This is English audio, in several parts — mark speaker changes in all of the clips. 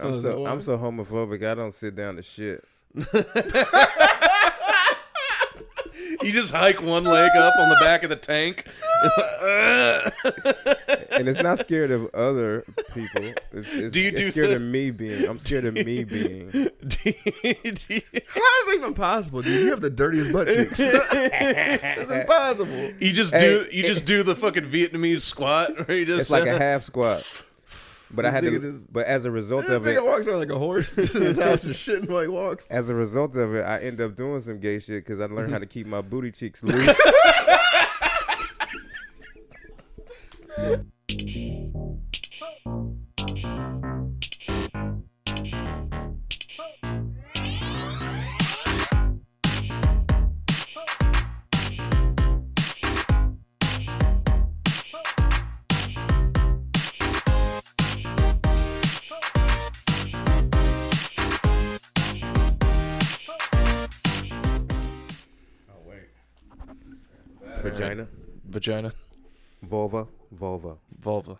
Speaker 1: I'm so I'm so homophobic. I don't sit down to shit.
Speaker 2: You just hike one leg up on the back of the tank.
Speaker 1: and it's not scared of other people. It's, it's,
Speaker 2: Do you
Speaker 1: it's
Speaker 2: do
Speaker 1: scared
Speaker 2: the-
Speaker 1: of me being? I'm scared of me being.
Speaker 2: Do you- do you-
Speaker 3: How is that even possible, dude? You have the dirtiest butt cheeks. it's impossible.
Speaker 2: you just do you just do the fucking Vietnamese squat, where you just uh,
Speaker 1: It's like a half squat. But I had
Speaker 3: This nigga
Speaker 1: to.
Speaker 3: just-
Speaker 1: But as a result
Speaker 3: This
Speaker 1: of
Speaker 3: nigga
Speaker 1: it,
Speaker 3: walks around like a horse. Just in his house, just shitting while he walks.
Speaker 1: as a result of it, I end up doing some gay shit because I learned how to keep my booty cheeks loose. Vagina,
Speaker 2: vagina,
Speaker 1: vulva, vulva,
Speaker 2: vulva,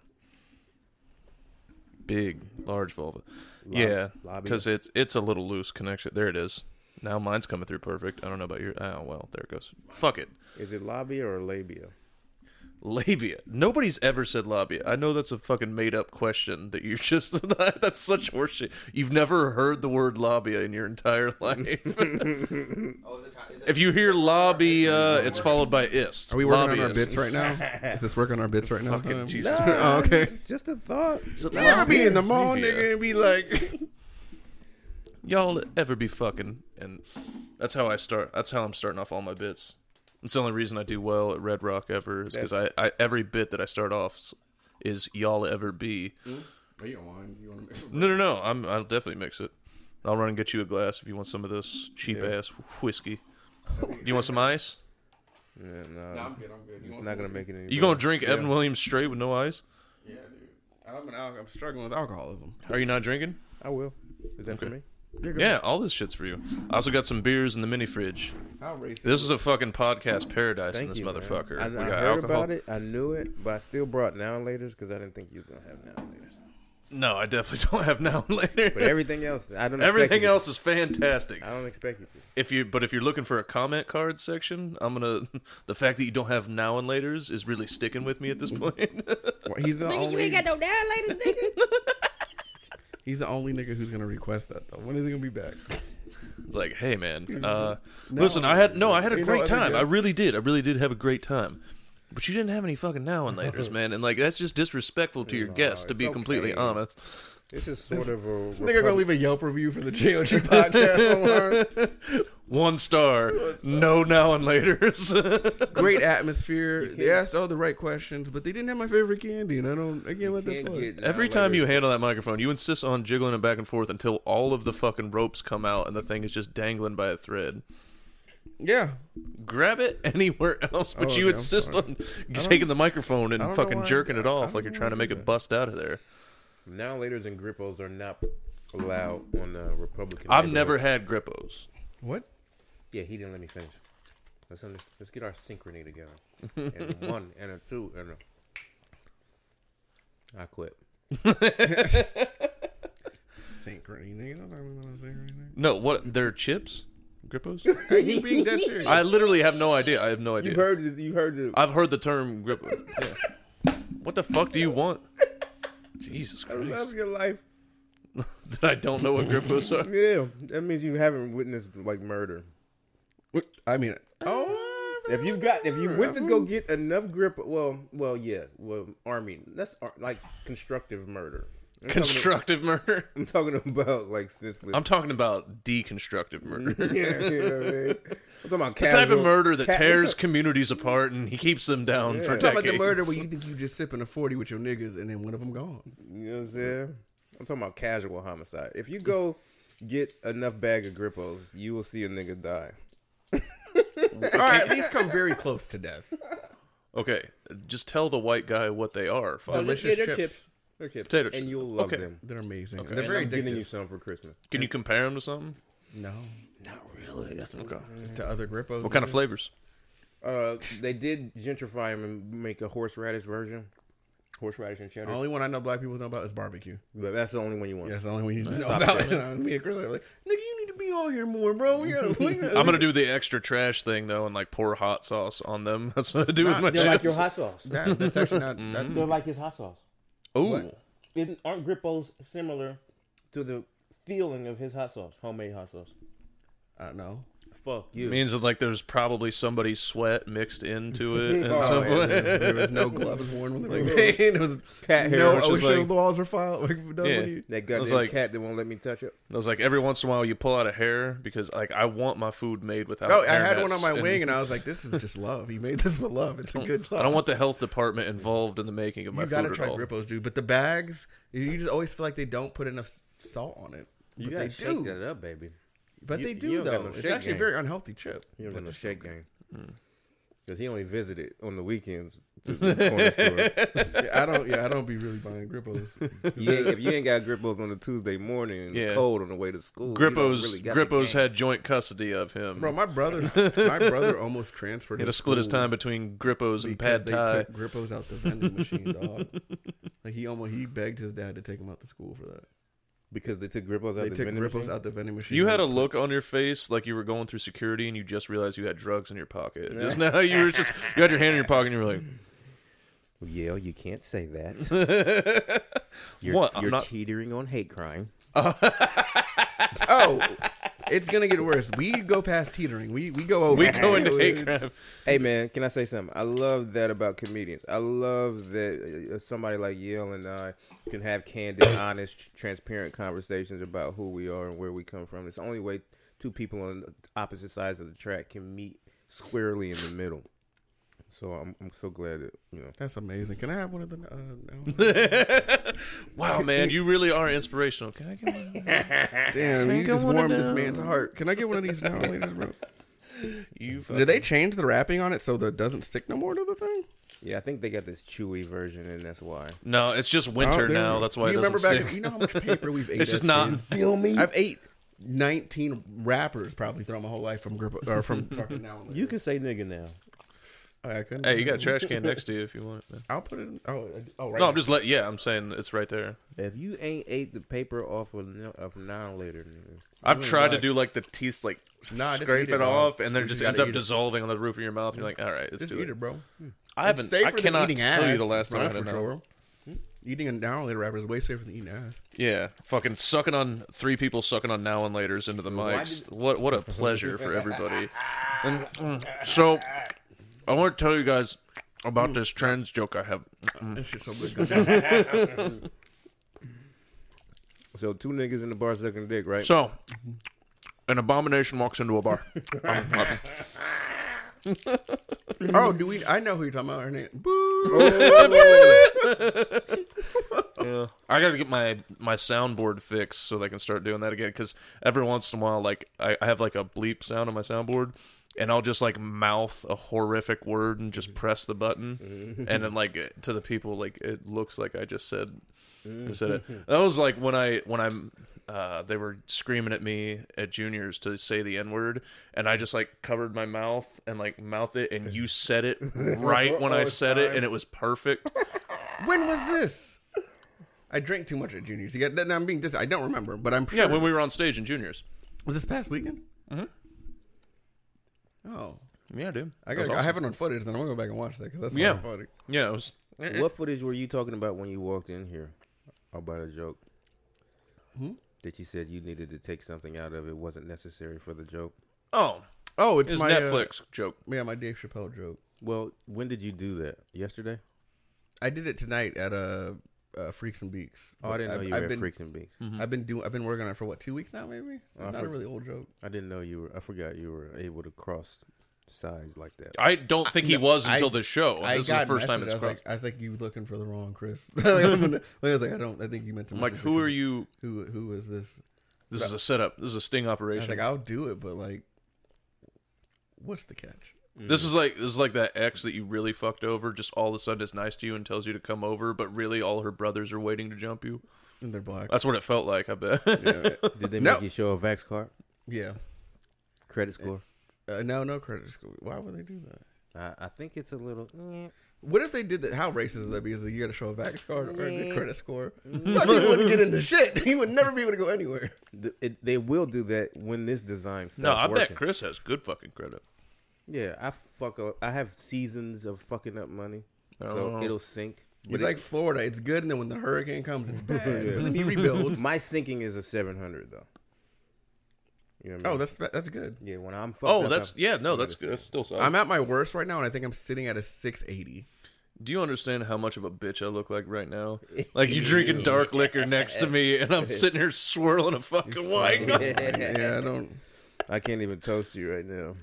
Speaker 2: big, large vulva.
Speaker 1: Lob-
Speaker 2: yeah,
Speaker 1: lobby.
Speaker 2: because it's it's a little loose connection. There it is. Now mine's coming through perfect. I don't know about your. Oh well, there it goes. Fuck it.
Speaker 1: Is it labia or labia?
Speaker 2: Labia. Nobody's ever said labia. I know that's a fucking made up question that you just. that's such horseshit. You've never heard the word labia in your entire life. if you hear labia, it's followed by ist.
Speaker 3: Are we working on our
Speaker 2: Labias.
Speaker 3: bits right now? Is this work on our bits right now?
Speaker 2: Fucking
Speaker 3: Um,
Speaker 2: Jesus.
Speaker 3: oh, okay.
Speaker 1: Just a thought.
Speaker 3: I ever be in the mall,
Speaker 2: Olivia.
Speaker 3: nigga, and be like,
Speaker 2: Y'all ever be fucking? And that's how I start. That's how I'm starting off all my bits. It's the only reason I do well at Red Rock ever is because I, I every bit that I start off s- is y'all ever be.
Speaker 3: "Are you on? You want to?"
Speaker 2: No, no, no. I'm, I'll definitely mix it. I'll run and get you a glass if you want some of this cheap ass whiskey. Do you want some ice?
Speaker 1: Yeah, no,
Speaker 3: good. I'm good.
Speaker 1: it's not gonna make it any.
Speaker 2: You
Speaker 1: better.
Speaker 2: gonna drink Evan Williams straight with no ice?
Speaker 3: Yeah, dude. I'm an alcohol. I'm struggling with alcoholism.
Speaker 2: Are you not drinking?
Speaker 1: I will. Is that for
Speaker 2: Okay.
Speaker 1: me?
Speaker 2: Yeah, all this shit's for you. I also got some beers in the mini fridge.
Speaker 3: How racist?
Speaker 2: This is a fucking podcast paradise in
Speaker 1: Thank
Speaker 2: this
Speaker 1: you, man.
Speaker 2: motherfucker.
Speaker 1: I,
Speaker 2: we
Speaker 1: I
Speaker 2: got
Speaker 1: heard
Speaker 2: alcohol.
Speaker 1: about it. I knew it, but I still brought now and later's because I didn't think you was gonna have now and later's.
Speaker 2: No, I definitely don't have now and later.
Speaker 1: But everything else, I don't. expect
Speaker 2: Everything
Speaker 1: you Uh, to.
Speaker 2: else is fantastic.
Speaker 1: I don't expect you to.
Speaker 2: If you but if you're looking for a comment card section, I'm gonna the fact that you don't have now and later's is really sticking with me at this point.
Speaker 3: he's the
Speaker 4: Nigga, you
Speaker 3: only.
Speaker 4: ain't got no down ladies, nigga.
Speaker 3: he's the only nigga who's gonna request that though. When is he gonna be back?
Speaker 2: It's like, hey man, uh, listen, I had no, I had a
Speaker 3: Mm-hmm. You know,
Speaker 2: great
Speaker 3: I think
Speaker 2: time. I
Speaker 3: that's-
Speaker 2: really did. I really did have a great time. But you didn't have any fucking now and later's, man, and like that's just disrespectful to your guests, to
Speaker 1: it's
Speaker 2: be completely
Speaker 1: okay.
Speaker 2: honest.
Speaker 1: This is sort of a.
Speaker 3: This nigga gonna leave a Yelp review for the JOG podcast. online.
Speaker 2: One star, no now and later's.
Speaker 3: Great atmosphere. They asked all the right questions, but they didn't have my favorite candy, and I don't. I can't let that slide.
Speaker 2: Every time you handle that microphone, you insist on jiggling it back and forth until all of the fucking ropes come out and the thing is just dangling by a thread.
Speaker 3: Yeah,
Speaker 2: Grab it anywhere else, but
Speaker 3: Oh,
Speaker 2: you
Speaker 3: okay, I'm
Speaker 2: insist
Speaker 3: sorry.
Speaker 2: on taking the microphone
Speaker 3: I don't
Speaker 2: and
Speaker 3: know why
Speaker 2: fucking
Speaker 3: I-
Speaker 2: jerking it
Speaker 3: I
Speaker 2: off
Speaker 3: don't
Speaker 2: like you're
Speaker 3: know
Speaker 2: trying to
Speaker 3: why I
Speaker 2: make
Speaker 3: do
Speaker 2: it
Speaker 3: that.
Speaker 2: bust out of there.
Speaker 1: now later's and grippos are not allowed on the Republican.
Speaker 2: I've
Speaker 1: neighborhoods.
Speaker 2: never had grippos.
Speaker 3: what?
Speaker 1: Yeah, he didn't let me finish. Let's under, let's get our synchrony together. and a one and a two and a. I quit.
Speaker 3: Synchrony, nigga. Don't talk about synchrony. nigga.
Speaker 2: No, what? They're chips? Grippos?
Speaker 3: Are you being that serious?
Speaker 2: I literally have no idea. I have no idea.
Speaker 1: You've heard this. You've heard this.
Speaker 2: I've heard the term grippo. Yeah. What the fuck do you want? Jesus
Speaker 1: I love
Speaker 2: Christ.
Speaker 1: your life.
Speaker 2: That I don't know what grippos are.
Speaker 1: Yeah, that means you haven't witnessed like murder.
Speaker 3: What? I mean, oh,
Speaker 1: If you got, if you went to go get enough grip, well, well, yeah, well, army. That's ar- like constructive murder. I'm talking-
Speaker 2: Constructive murder.
Speaker 1: I'm talking about like senseless.
Speaker 2: I'm talking about deconstructive murder.
Speaker 1: yeah, yeah, man. I'm talking about
Speaker 2: The type
Speaker 1: casual-
Speaker 2: of murder that
Speaker 1: ca- I'm
Speaker 2: tears
Speaker 1: talk-
Speaker 2: communities apart and he keeps them down for
Speaker 3: I'm talking
Speaker 2: decades.
Speaker 3: about the murder where you think you just sipping a forty with your niggas, and then one of them gone.
Speaker 1: you know what I'm saying? I'm talking about casual homicide. If you go get enough bag of grippos, you will see a nigga die.
Speaker 3: All right, at least come very close to death.
Speaker 2: Okay, just tell the white guy what they are. Fine.
Speaker 3: Delicious
Speaker 1: they're
Speaker 3: chips.
Speaker 1: chips. They're chips.
Speaker 2: Potato chips.
Speaker 1: And you'll love
Speaker 2: Okay.
Speaker 1: them.
Speaker 3: They're amazing.
Speaker 2: Okay.
Speaker 3: They're
Speaker 1: And
Speaker 3: very
Speaker 1: I'm giving you
Speaker 3: addictive.
Speaker 1: some for Christmas.
Speaker 2: Can you compare them to something?
Speaker 3: No,
Speaker 1: Not really. That's
Speaker 2: Okay.
Speaker 3: to other grippos.
Speaker 2: What kind of flavors?
Speaker 1: Uh, they did gentrify them and make a horseradish version. Horseradish and cheddar.
Speaker 3: The only one I know black people know about is barbecue.
Speaker 1: But that's the only one you want.
Speaker 3: That's the only one you know
Speaker 1: Stop
Speaker 3: about.
Speaker 1: it.
Speaker 3: And I- me and Chris are like, nigga, you need to be on here more, bro. We gotta, we gotta,
Speaker 2: I'm gonna do the extra trash thing though, and like pour hot sauce on them. That's what I do
Speaker 3: not-
Speaker 2: with my
Speaker 1: They're like your
Speaker 2: chips.
Speaker 1: hot sauce.
Speaker 3: That, that's actually not. That's,
Speaker 1: They're like his hot sauce.
Speaker 2: Oh,
Speaker 1: Isn't, aren't Grippos similar to the feeling of his hot sauce, homemade hot sauce?
Speaker 3: I don't know.
Speaker 1: Fuck you.
Speaker 2: means that like there's probably somebody's sweat mixed into it in
Speaker 1: Oh,
Speaker 2: some
Speaker 3: Oh, yeah,
Speaker 2: way.
Speaker 3: there, was, there was no gloves worn when they were made. It was
Speaker 1: Cat hair,
Speaker 3: No
Speaker 1: which
Speaker 2: is
Speaker 3: OSHA
Speaker 2: like-
Speaker 3: laws were filed. Like, done
Speaker 2: Yeah.
Speaker 3: when you-
Speaker 1: that goddamn
Speaker 2: like-
Speaker 1: cat that won't let me touch it.
Speaker 2: I was like, every once in a while you pull out a hair because like I want my food made without.
Speaker 3: Oh, I
Speaker 2: hair
Speaker 3: had one
Speaker 2: nets
Speaker 3: on my wing, and I was like, "This is just love. He made this with love. It's a good sauce."
Speaker 2: I don't want the health department involved in the making of my
Speaker 3: You gotta
Speaker 2: food
Speaker 3: try
Speaker 2: at all.
Speaker 3: Grippos, dude. But the bags, you just always feel like they don't put enough s- salt on it. But
Speaker 1: You
Speaker 3: they
Speaker 1: gotta shake
Speaker 3: do.
Speaker 1: that up, baby.
Speaker 3: But
Speaker 1: You-
Speaker 3: they
Speaker 1: you
Speaker 3: do
Speaker 1: don't got
Speaker 3: though.
Speaker 1: no
Speaker 3: it's
Speaker 1: shake
Speaker 3: actually a
Speaker 1: game.
Speaker 3: very unhealthy chip.
Speaker 1: You don't
Speaker 3: But
Speaker 1: got no
Speaker 3: the-
Speaker 1: shake game. Because he only visited on the weekends to the corner store.
Speaker 3: Yeah, I don't. Yeah, I don't be really buying Grippos.
Speaker 1: You ain't, if you ain't got Grippos on a Tuesday morning and
Speaker 2: Yeah.
Speaker 1: cold on the way to school, you don't
Speaker 2: Grippos,
Speaker 1: really got the
Speaker 2: Grippos
Speaker 1: game.
Speaker 2: had joint custody of him.
Speaker 3: Bro, my brother, my brother almost transferred.
Speaker 2: he had to
Speaker 3: his
Speaker 2: split his
Speaker 3: school
Speaker 2: time between Grippos and
Speaker 3: because
Speaker 2: pad thai.
Speaker 3: They took Grippos out the vending machine, dog. Like he almost he begged his dad to take him out to school for that.
Speaker 1: because they took Grippos out
Speaker 3: They
Speaker 1: the
Speaker 3: took
Speaker 1: vending
Speaker 3: Grippos
Speaker 1: machine?
Speaker 3: out the vending machine.
Speaker 2: You had a look on your face like you were going through security and you just realized you had drugs in your pocket. Just now you were just you had your hand in your pocket and you were like,
Speaker 1: Yeah, you can't say that. you're
Speaker 2: What? I'm
Speaker 1: you're
Speaker 2: not-
Speaker 1: teetering on hate crime.
Speaker 3: oh, it's gonna get worse. We go past teetering. We we go over.
Speaker 2: "We going to
Speaker 3: It-
Speaker 2: hate crime."
Speaker 1: Hey man, can I say something? I love that about comedians. I love that uh, somebody like Yale and I can have candid, honest, transparent conversations about who we are and where we come from. It's the only way two people on opposite sides of the track can meet squarely in the middle. So I'm, I'm so glad that you know.
Speaker 3: That's amazing. Can I have one of the? Uh, no.
Speaker 2: Wow, man, you really are inspirational. Can I get one?
Speaker 3: Damn, you
Speaker 2: get
Speaker 3: just
Speaker 2: one of
Speaker 3: warmed this
Speaker 2: them.
Speaker 3: man's heart. Can I get one of these now, ladies, bro?
Speaker 2: You
Speaker 3: Did
Speaker 2: fucking-
Speaker 3: they change the wrapping on it so that it doesn't stick no more to the thing?
Speaker 1: Yeah, I think they got this chewy version, and that's why.
Speaker 2: No, it's just
Speaker 3: Oh,
Speaker 2: winter
Speaker 3: there-
Speaker 2: now. That's why it
Speaker 3: you
Speaker 2: doesn't
Speaker 3: remember
Speaker 2: stick.
Speaker 3: back. You know how much paper we've ate.
Speaker 2: it's just
Speaker 3: as
Speaker 2: not.
Speaker 3: kids?
Speaker 1: Feel me?
Speaker 3: I've ate nineteen wrappers probably throughout my whole life from grip or from fucking now. And
Speaker 1: You can say nigga now.
Speaker 3: I couldn't.
Speaker 2: Hey, you got a trash can next to you if you want. it, Man.
Speaker 3: I'll put it. In, oh, I- oh, right.
Speaker 2: No, I'm just let. Yeah, I'm saying it's right there.
Speaker 1: If you ain't ate the paper off of, n- of nine later, nigga.
Speaker 2: I've tried to do like the teeth, like
Speaker 3: Nah, just
Speaker 2: scrape
Speaker 3: eat it,
Speaker 2: it
Speaker 3: dog.
Speaker 2: off, and then it
Speaker 3: You
Speaker 2: just
Speaker 3: gotta
Speaker 2: ends up
Speaker 3: eat it.
Speaker 2: dissolving on the roof of your mouth. And you're like, all right, let's
Speaker 3: Just
Speaker 2: do
Speaker 3: eat
Speaker 2: it.
Speaker 3: it, bro.
Speaker 2: I haven't. I cannot tell you the last time I had an hour.
Speaker 3: Eating an hour later wrapper is way safer than eating ass.
Speaker 2: Yeah, fucking sucking on three people sucking on now and later's into the mics. What what a pleasure for everybody. And mm, so, I want to tell you guys about this trans joke I have. Mm,
Speaker 3: That shit's so good.
Speaker 1: So two niggas in the bar sucking dick, right?
Speaker 2: So, an abomination walks into a bar. Um, uh,
Speaker 3: oh, do we? I know who you're talking about. Her name. Boo.
Speaker 2: I gotta get my my soundboard fixed so they can start doing that again. Because every once in a while, like I, I have like a bleep sound on my soundboard, and I'll just like mouth a horrific word and just press the button, and then like it- to the people, like it looks like I just said I said it. That was like when I when I'm. Uh, they were screaming at me at juniors to say the n word, and I just like covered my mouth and like mouthed it, and you said it right when I said it, and it was perfect.
Speaker 3: When was this? I drank too much at juniors. You got, I'm being dis- I don't remember, but I'm sure.
Speaker 2: Yeah, when we were on stage in juniors.
Speaker 3: was this past weekend? Mm-hmm. Oh,
Speaker 2: Yeah, dude.
Speaker 3: I
Speaker 2: That was
Speaker 3: got. I
Speaker 2: awesome.
Speaker 3: have it on footage. Then I'm gonna go back and watch that because that's
Speaker 2: Yeah.
Speaker 3: yeah. funny.
Speaker 2: Yeah, it was.
Speaker 1: What footage were you talking about when you walked in here about a joke? That you said you needed to take something out of it wasn't necessary for the joke.
Speaker 2: Oh,
Speaker 3: Oh, it's
Speaker 2: it's
Speaker 3: my uh,
Speaker 2: Netflix joke.
Speaker 3: yeah, my Dave Chappelle joke.
Speaker 1: Well, when did you do that? Yesterday?
Speaker 3: I did it tonight at uh, uh Freaks and Beaks.
Speaker 1: Oh, I didn't know
Speaker 3: I've-
Speaker 1: you were
Speaker 3: I've
Speaker 1: at
Speaker 3: been, Hmm.
Speaker 1: Freaks and Beaks.
Speaker 2: Mm-hmm.
Speaker 3: I've been doing. I've been working on it for what two weeks now, maybe. It's
Speaker 1: Uh,
Speaker 3: not
Speaker 1: for-
Speaker 3: a really old joke.
Speaker 1: I didn't know you were. I forgot you were able to cross sides like that.
Speaker 2: I don't think he
Speaker 3: no,
Speaker 2: was until
Speaker 3: I-
Speaker 2: this show.
Speaker 3: I
Speaker 2: this is the
Speaker 3: got
Speaker 2: first time
Speaker 3: messaged.
Speaker 2: it's
Speaker 3: I was,
Speaker 2: crossed.
Speaker 3: like, I was like, "You looking for the wrong Chris?" like, I'm gonna- like, I was like, "I don't. I think you meant to."
Speaker 2: I'm like,
Speaker 3: message
Speaker 2: who
Speaker 3: it.
Speaker 2: are you?
Speaker 3: Who? Who is this?
Speaker 2: This is a setup. This is a sting
Speaker 3: I was
Speaker 2: operation.
Speaker 3: like, "Oh." "I'll do it," but like, what's the catch?
Speaker 2: this is like this is like that ex that you really fucked over. Just all of a sudden is nice to you and tells you to come over, but really all her brothers are waiting to jump you.
Speaker 3: And they're black.
Speaker 2: That's what it felt like. I bet.
Speaker 1: Did they
Speaker 3: No.
Speaker 1: make you show a Vax card,
Speaker 3: Yeah.
Speaker 1: credit score?
Speaker 3: Uh, no, no credit score. Why would they do that?
Speaker 1: I, I think it's a little. eh.
Speaker 3: What if they did that? How racist would that be? Is the year to show a Vax card or a credit score? Black people wouldn't get into shit. He would never be able to go anywhere.
Speaker 1: Th- it, they will do that when this design stops
Speaker 2: No, I
Speaker 1: working.
Speaker 2: bet Chris has good fucking credit.
Speaker 1: Yeah, I fuck up. I have seasons of fucking up money, so
Speaker 2: Oh.
Speaker 1: it'll sink.
Speaker 3: It's
Speaker 1: it-
Speaker 3: like Florida. It's good, and then when the hurricane comes, it's bad.
Speaker 1: Yeah.
Speaker 3: And then he rebuilds.
Speaker 1: my sinking is a seven hundred though. You know what I mean?
Speaker 3: Oh, that's that's good.
Speaker 1: yeah. When I'm fucked up,
Speaker 2: Oh, that's
Speaker 1: I'm-
Speaker 2: yeah. No, that's good. That's still solid.
Speaker 3: I'm at my worst right now, and I think I'm sitting at a 680.
Speaker 2: Do you understand how much of a bitch I look like right now? Like you drinking dark liquor next to me, and I'm sitting here swirling a fucking wine.
Speaker 3: Yeah, I don't.
Speaker 1: I can't even toast you right now.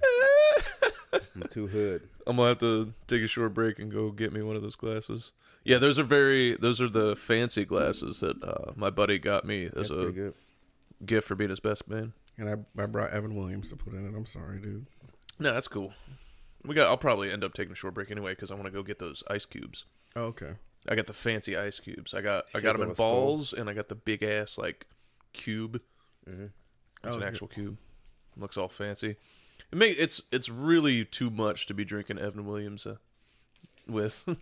Speaker 1: I'm too hood.
Speaker 2: I'm gonna have to take a short break and go get me one of those glasses. Yeah, those are very. Those are the fancy glasses that uh, my buddy got me as
Speaker 1: Pretty
Speaker 2: a
Speaker 1: good.
Speaker 2: gift for being his best man.
Speaker 3: And I, I brought Evan Williams to put in it. I'm sorry, dude.
Speaker 2: No, that's cool. We got. I'll probably end up taking a short break anyway because I want to go get those ice cubes.
Speaker 3: Oh, okay.
Speaker 2: I got the fancy ice cubes. I got I
Speaker 1: Shape
Speaker 2: got them
Speaker 1: of
Speaker 2: in
Speaker 1: a skull.
Speaker 2: balls, and I got the big ass like cube. It's
Speaker 3: Oh,
Speaker 2: an
Speaker 3: good.
Speaker 2: actual cube. Looks all fancy. It may, it's it's really too much to be drinking Evan Williams uh, with.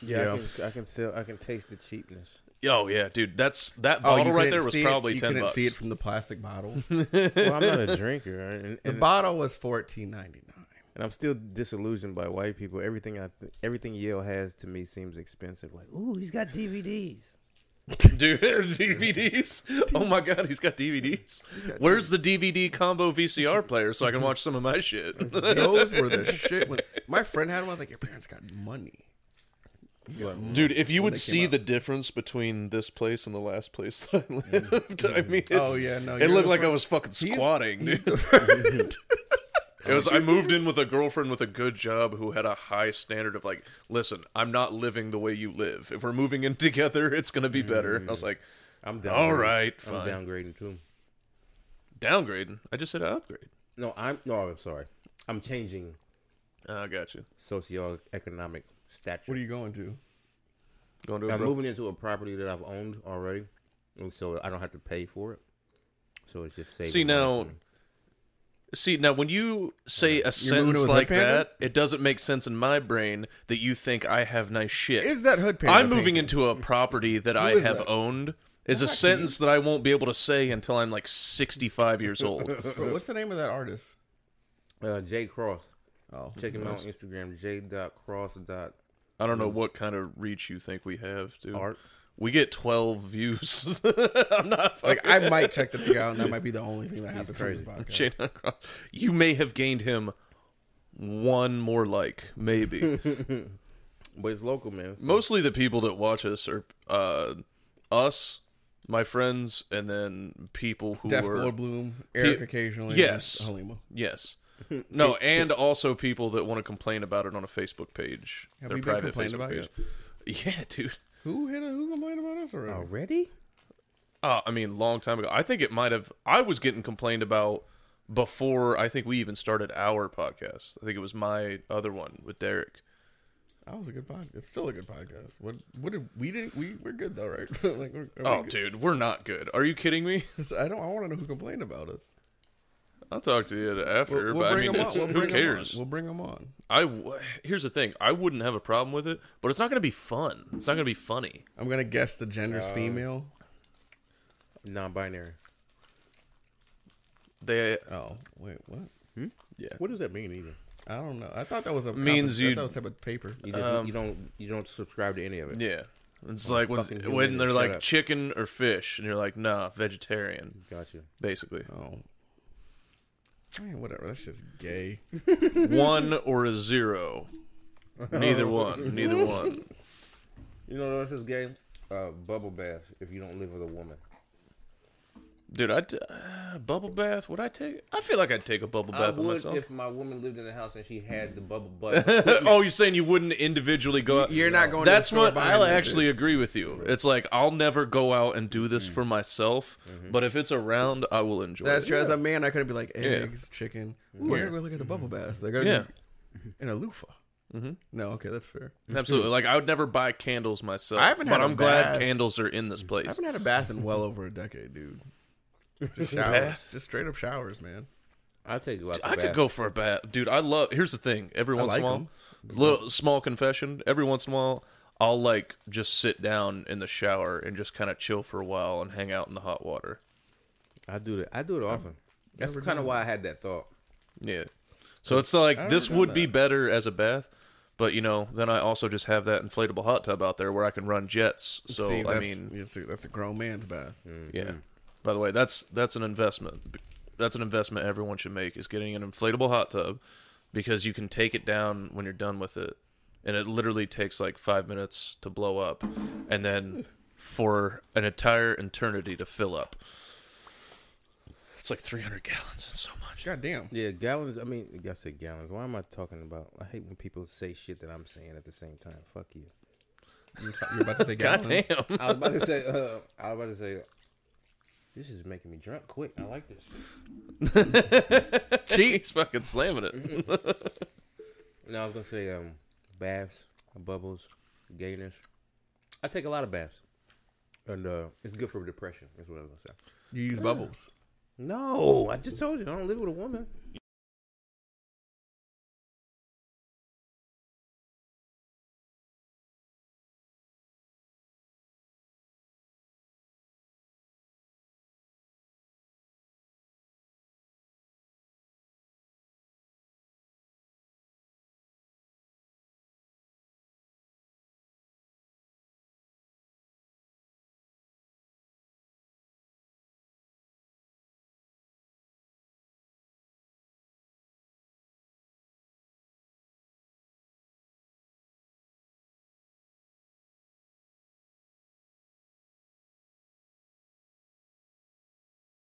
Speaker 1: Yeah, I,
Speaker 3: Yeah.
Speaker 1: can, I can sell. I can taste the cheapness.
Speaker 2: oh yeah, dude, that's that
Speaker 3: Oh, you
Speaker 2: bottle right
Speaker 3: couldn't
Speaker 2: there was
Speaker 3: see it-
Speaker 2: probably
Speaker 3: you
Speaker 2: ten
Speaker 3: couldn't
Speaker 2: bucks.
Speaker 3: see it from the plastic bottle.
Speaker 1: Well, I'm not a drinker, right? and,
Speaker 3: the
Speaker 1: and,
Speaker 3: bottle was 14.99.
Speaker 1: and I'm still disillusioned by white people. Everything I, th- everything Yale has to me seems expensive. Like, ooh, he's got DVDs.
Speaker 2: Dude, DVDs. Oh my god, he's got DVDs. Where's the DVD combo VCR player so I can watch some of my shit?
Speaker 3: Those were the shit. When, my friend had one. I was like, your parents got money.
Speaker 2: Dude, if you would
Speaker 3: they came
Speaker 2: see
Speaker 3: out.
Speaker 2: the difference between this place and the last place that I lived, I mean, it's,
Speaker 3: Oh, yeah, no,
Speaker 2: it
Speaker 3: you're
Speaker 2: looked
Speaker 3: the
Speaker 2: like I
Speaker 3: first-
Speaker 2: was fucking squatting, dude.
Speaker 3: Dude.
Speaker 2: It was. I moved in with a girlfriend with a good job who had a high standard of like, listen, I'm not living the way you live. If we're moving in together, it's gonna be better.
Speaker 3: Mm.
Speaker 2: I was like,
Speaker 1: I'm down.
Speaker 2: all right,
Speaker 1: I'm
Speaker 2: fine.
Speaker 1: downgrading too.
Speaker 2: Downgrading. I just said upgrade.
Speaker 1: No, I'm no. I'm sorry. I'm changing
Speaker 2: Ah, I got you.
Speaker 1: socioeconomic stature.
Speaker 3: what are you going to?
Speaker 2: Going to a
Speaker 1: I'm
Speaker 2: bro-
Speaker 1: moving into a property that I've owned already, and so I don't have to pay for it. So it's just saving.
Speaker 2: See,
Speaker 1: money
Speaker 2: now-
Speaker 1: for me.
Speaker 2: See now, when you say a
Speaker 3: moving
Speaker 2: sentence
Speaker 3: with
Speaker 2: like
Speaker 3: Hood Panda?
Speaker 2: that, it doesn't make sense in my brain that you think I have nice shit.
Speaker 3: Is that hood panda?
Speaker 2: I'm moving into a property that I
Speaker 3: is
Speaker 2: have
Speaker 3: that?
Speaker 2: owned. Is a sentence that I won't be able to say until I'm like 65 years old.
Speaker 3: into. What's the name of that artist?
Speaker 1: uh, Jay Cross,
Speaker 3: Oh,
Speaker 1: check him out on Instagram. J dot cross dot
Speaker 2: I don't know what kind of reach you think we have, dude.
Speaker 1: art.
Speaker 2: We get 12 views. I'm not fucking
Speaker 3: Like I might check the thing out, and that might be the only thing that happens to this podcast.
Speaker 2: Shane Cross. You may have gained him one more like, maybe.
Speaker 1: But it's local, man. So
Speaker 2: Mostly the people that watch us are uh, us, my friends, and then people who
Speaker 3: Def
Speaker 2: were.
Speaker 3: Goldblum, Eric occasionally. and
Speaker 2: Yes.
Speaker 3: Halima.
Speaker 2: Yes. No, and also people that want to complain about it on a Facebook page.
Speaker 3: Have
Speaker 2: their
Speaker 3: we been
Speaker 2: private
Speaker 3: complained
Speaker 2: Facebook
Speaker 3: about
Speaker 2: page. Yeah, dude.
Speaker 3: Who hit a, who complained about us already?
Speaker 2: Oh.
Speaker 1: already.
Speaker 2: Uh, I mean, long time ago. I think it might have. I was getting complained about before. I think we even started our podcast. I think it was my other one with Derek.
Speaker 3: That was a good podcast. It's still a good podcast. What what did we didn't we we're good though, right? like we're, are we
Speaker 2: Oh,
Speaker 3: good?
Speaker 2: dude, we're not good. Are you kidding me?
Speaker 3: I don't I want to know who complained about us.
Speaker 2: I'll talk to you
Speaker 3: We'll,
Speaker 2: after.
Speaker 3: we'll
Speaker 2: but I
Speaker 3: bring
Speaker 2: mean,
Speaker 3: them on.
Speaker 2: it's-
Speaker 3: We'll
Speaker 2: who
Speaker 3: bring 'em on.
Speaker 2: cares?
Speaker 3: We'll bring them on.
Speaker 2: I w- here's the thing. I wouldn't have a problem with it, but it's not going to be fun. It's not going to be funny.
Speaker 3: I'm gonna guess the gender's female.
Speaker 1: Non-binary.
Speaker 2: They
Speaker 3: Oh wait, what?
Speaker 2: yeah.
Speaker 1: What does that mean? Even
Speaker 3: I don't know. I thought that was a
Speaker 2: Means
Speaker 3: compos-
Speaker 2: you-
Speaker 3: I thought that was a paper.
Speaker 1: you, just, you don't you don't subscribe to any of it.
Speaker 2: Um, Yeah. It's like when,
Speaker 1: fucking
Speaker 2: when
Speaker 1: human,
Speaker 2: they're
Speaker 1: shut
Speaker 2: like
Speaker 1: up.
Speaker 2: chicken or fish, and you're like, nah, vegetarian,
Speaker 1: Gotcha.
Speaker 2: basically.
Speaker 3: Oh, Man, whatever. That's just gay.
Speaker 2: one or a zero. Neither one. Neither one.
Speaker 1: You know what else is gay? Uh, bubble bath. If you don't live with a woman,
Speaker 2: Dude, I t- uh, bubble bath. Would I take? I feel like I'd take a bubble
Speaker 1: I
Speaker 2: bath by
Speaker 1: would
Speaker 2: myself.
Speaker 1: if my woman lived in the house and she had the bubble butt.
Speaker 2: oh, you're saying you wouldn't individually go out?
Speaker 3: You're not going to the
Speaker 2: That's
Speaker 3: store
Speaker 2: what
Speaker 3: buying
Speaker 2: I'll
Speaker 3: that
Speaker 2: actually agree with you. It's like I'll never go out and do this for myself, but if it's around, I will enjoy
Speaker 3: Mm. Mm-hmm. That's
Speaker 2: it.
Speaker 3: true. As a man, I couldn't be like eggs, chicken. Ooh, I
Speaker 2: Yeah.
Speaker 3: gotta go look at the bubble bath. They gotta
Speaker 2: Yeah.
Speaker 3: go in a loofah. Mm-hmm. No, okay, that's fair.
Speaker 2: Absolutely. Like I would never buy candles myself.
Speaker 3: I haven't
Speaker 2: but
Speaker 3: had a
Speaker 2: I'm glad
Speaker 3: bath.
Speaker 2: candles are in this
Speaker 3: I
Speaker 2: place.
Speaker 3: haven't had a bath in well over a decade, dude. Just showers,
Speaker 2: Bath?
Speaker 3: just straight up showers, man.
Speaker 1: I'll take lots of
Speaker 2: I could
Speaker 1: baths.
Speaker 2: go for a bath, dude. I love. Here's the thing. Every once
Speaker 3: like
Speaker 2: in a while,
Speaker 3: 'em.
Speaker 2: little small confession. Every once in a while, I'll like just sit down in the shower and just kind of chill for a while and hang out in the hot water.
Speaker 1: I do it. I do it often. That's kind of why I had that thought.
Speaker 2: Yeah. So it's like
Speaker 3: I've
Speaker 2: this
Speaker 3: never
Speaker 2: would
Speaker 3: done
Speaker 2: be
Speaker 3: that.
Speaker 2: better as a bath, but you know, then I also just have that inflatable hot tub out there where I can run jets. So
Speaker 3: See,
Speaker 2: I
Speaker 3: that's, mm-hmm.
Speaker 2: mean, Mm.
Speaker 3: that's a, that's a grown man's bath.
Speaker 2: yeah. By the way, that's that's an investment. That's an investment everyone should make is getting an inflatable hot tub because you can take it down when you're done with it. And it literally takes like 5 minutes to blow up and then for an entire eternity to fill up. It's like 300 gallons. It's so much.
Speaker 3: God damn.
Speaker 1: Yeah, gallons. I mean, I said gallons. Why am I talking about? I hate when people say shit that I'm saying at the same time. Fuck you.
Speaker 3: You're, t- you're about to say
Speaker 2: God
Speaker 3: gallons.
Speaker 2: damn.
Speaker 1: I was about to say. Uh, I was about to say. This is making me drunk quick. I like this.
Speaker 2: He's fucking slamming it.
Speaker 1: No, I was gonna say um, baths, bubbles, gayness. I take a lot of baths, and uh, it's good for depression. Is what I was gonna say.
Speaker 3: You use bubbles.
Speaker 1: No, I just told you I don't live with a woman.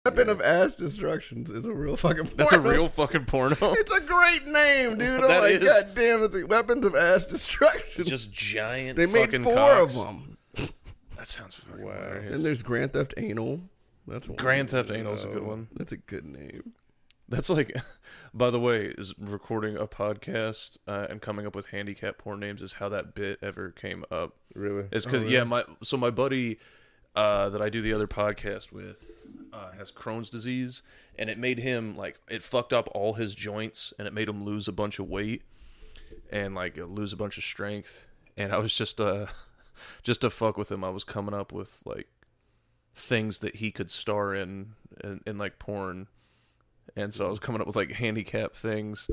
Speaker 3: Weapon of ass destructions is a real fucking.
Speaker 2: That's a
Speaker 3: porno.
Speaker 2: real fucking porno.
Speaker 3: It's a great name, dude. I'm
Speaker 2: That
Speaker 3: like,
Speaker 2: is.
Speaker 3: god damn, it's a weapons of ass destruction.
Speaker 2: Just giant.
Speaker 3: they made
Speaker 2: fucking
Speaker 3: four
Speaker 2: cocks.
Speaker 3: of them.
Speaker 2: That sounds fucking
Speaker 3: And
Speaker 2: hilarious.
Speaker 3: there's Grand Theft Anal. That's one.
Speaker 2: Grand Theft Anal's a good one.
Speaker 3: That's a good name.
Speaker 2: That's like, by the way, is recording a podcast uh, and coming up with handicap porn names is how that bit ever came up.
Speaker 1: Really?
Speaker 2: It's because yeah, my so my buddy uh, that I do the other podcast with uh, has Crohn's disease, and it made him like it fucked up all his joints, and it made him lose a bunch of weight and like lose a bunch of strength. And I was just uh, just to fuck with him, I was coming up with like things that he could star in in, in like porn, and so I
Speaker 3: Mm-hmm.
Speaker 2: was coming up with like handicap things.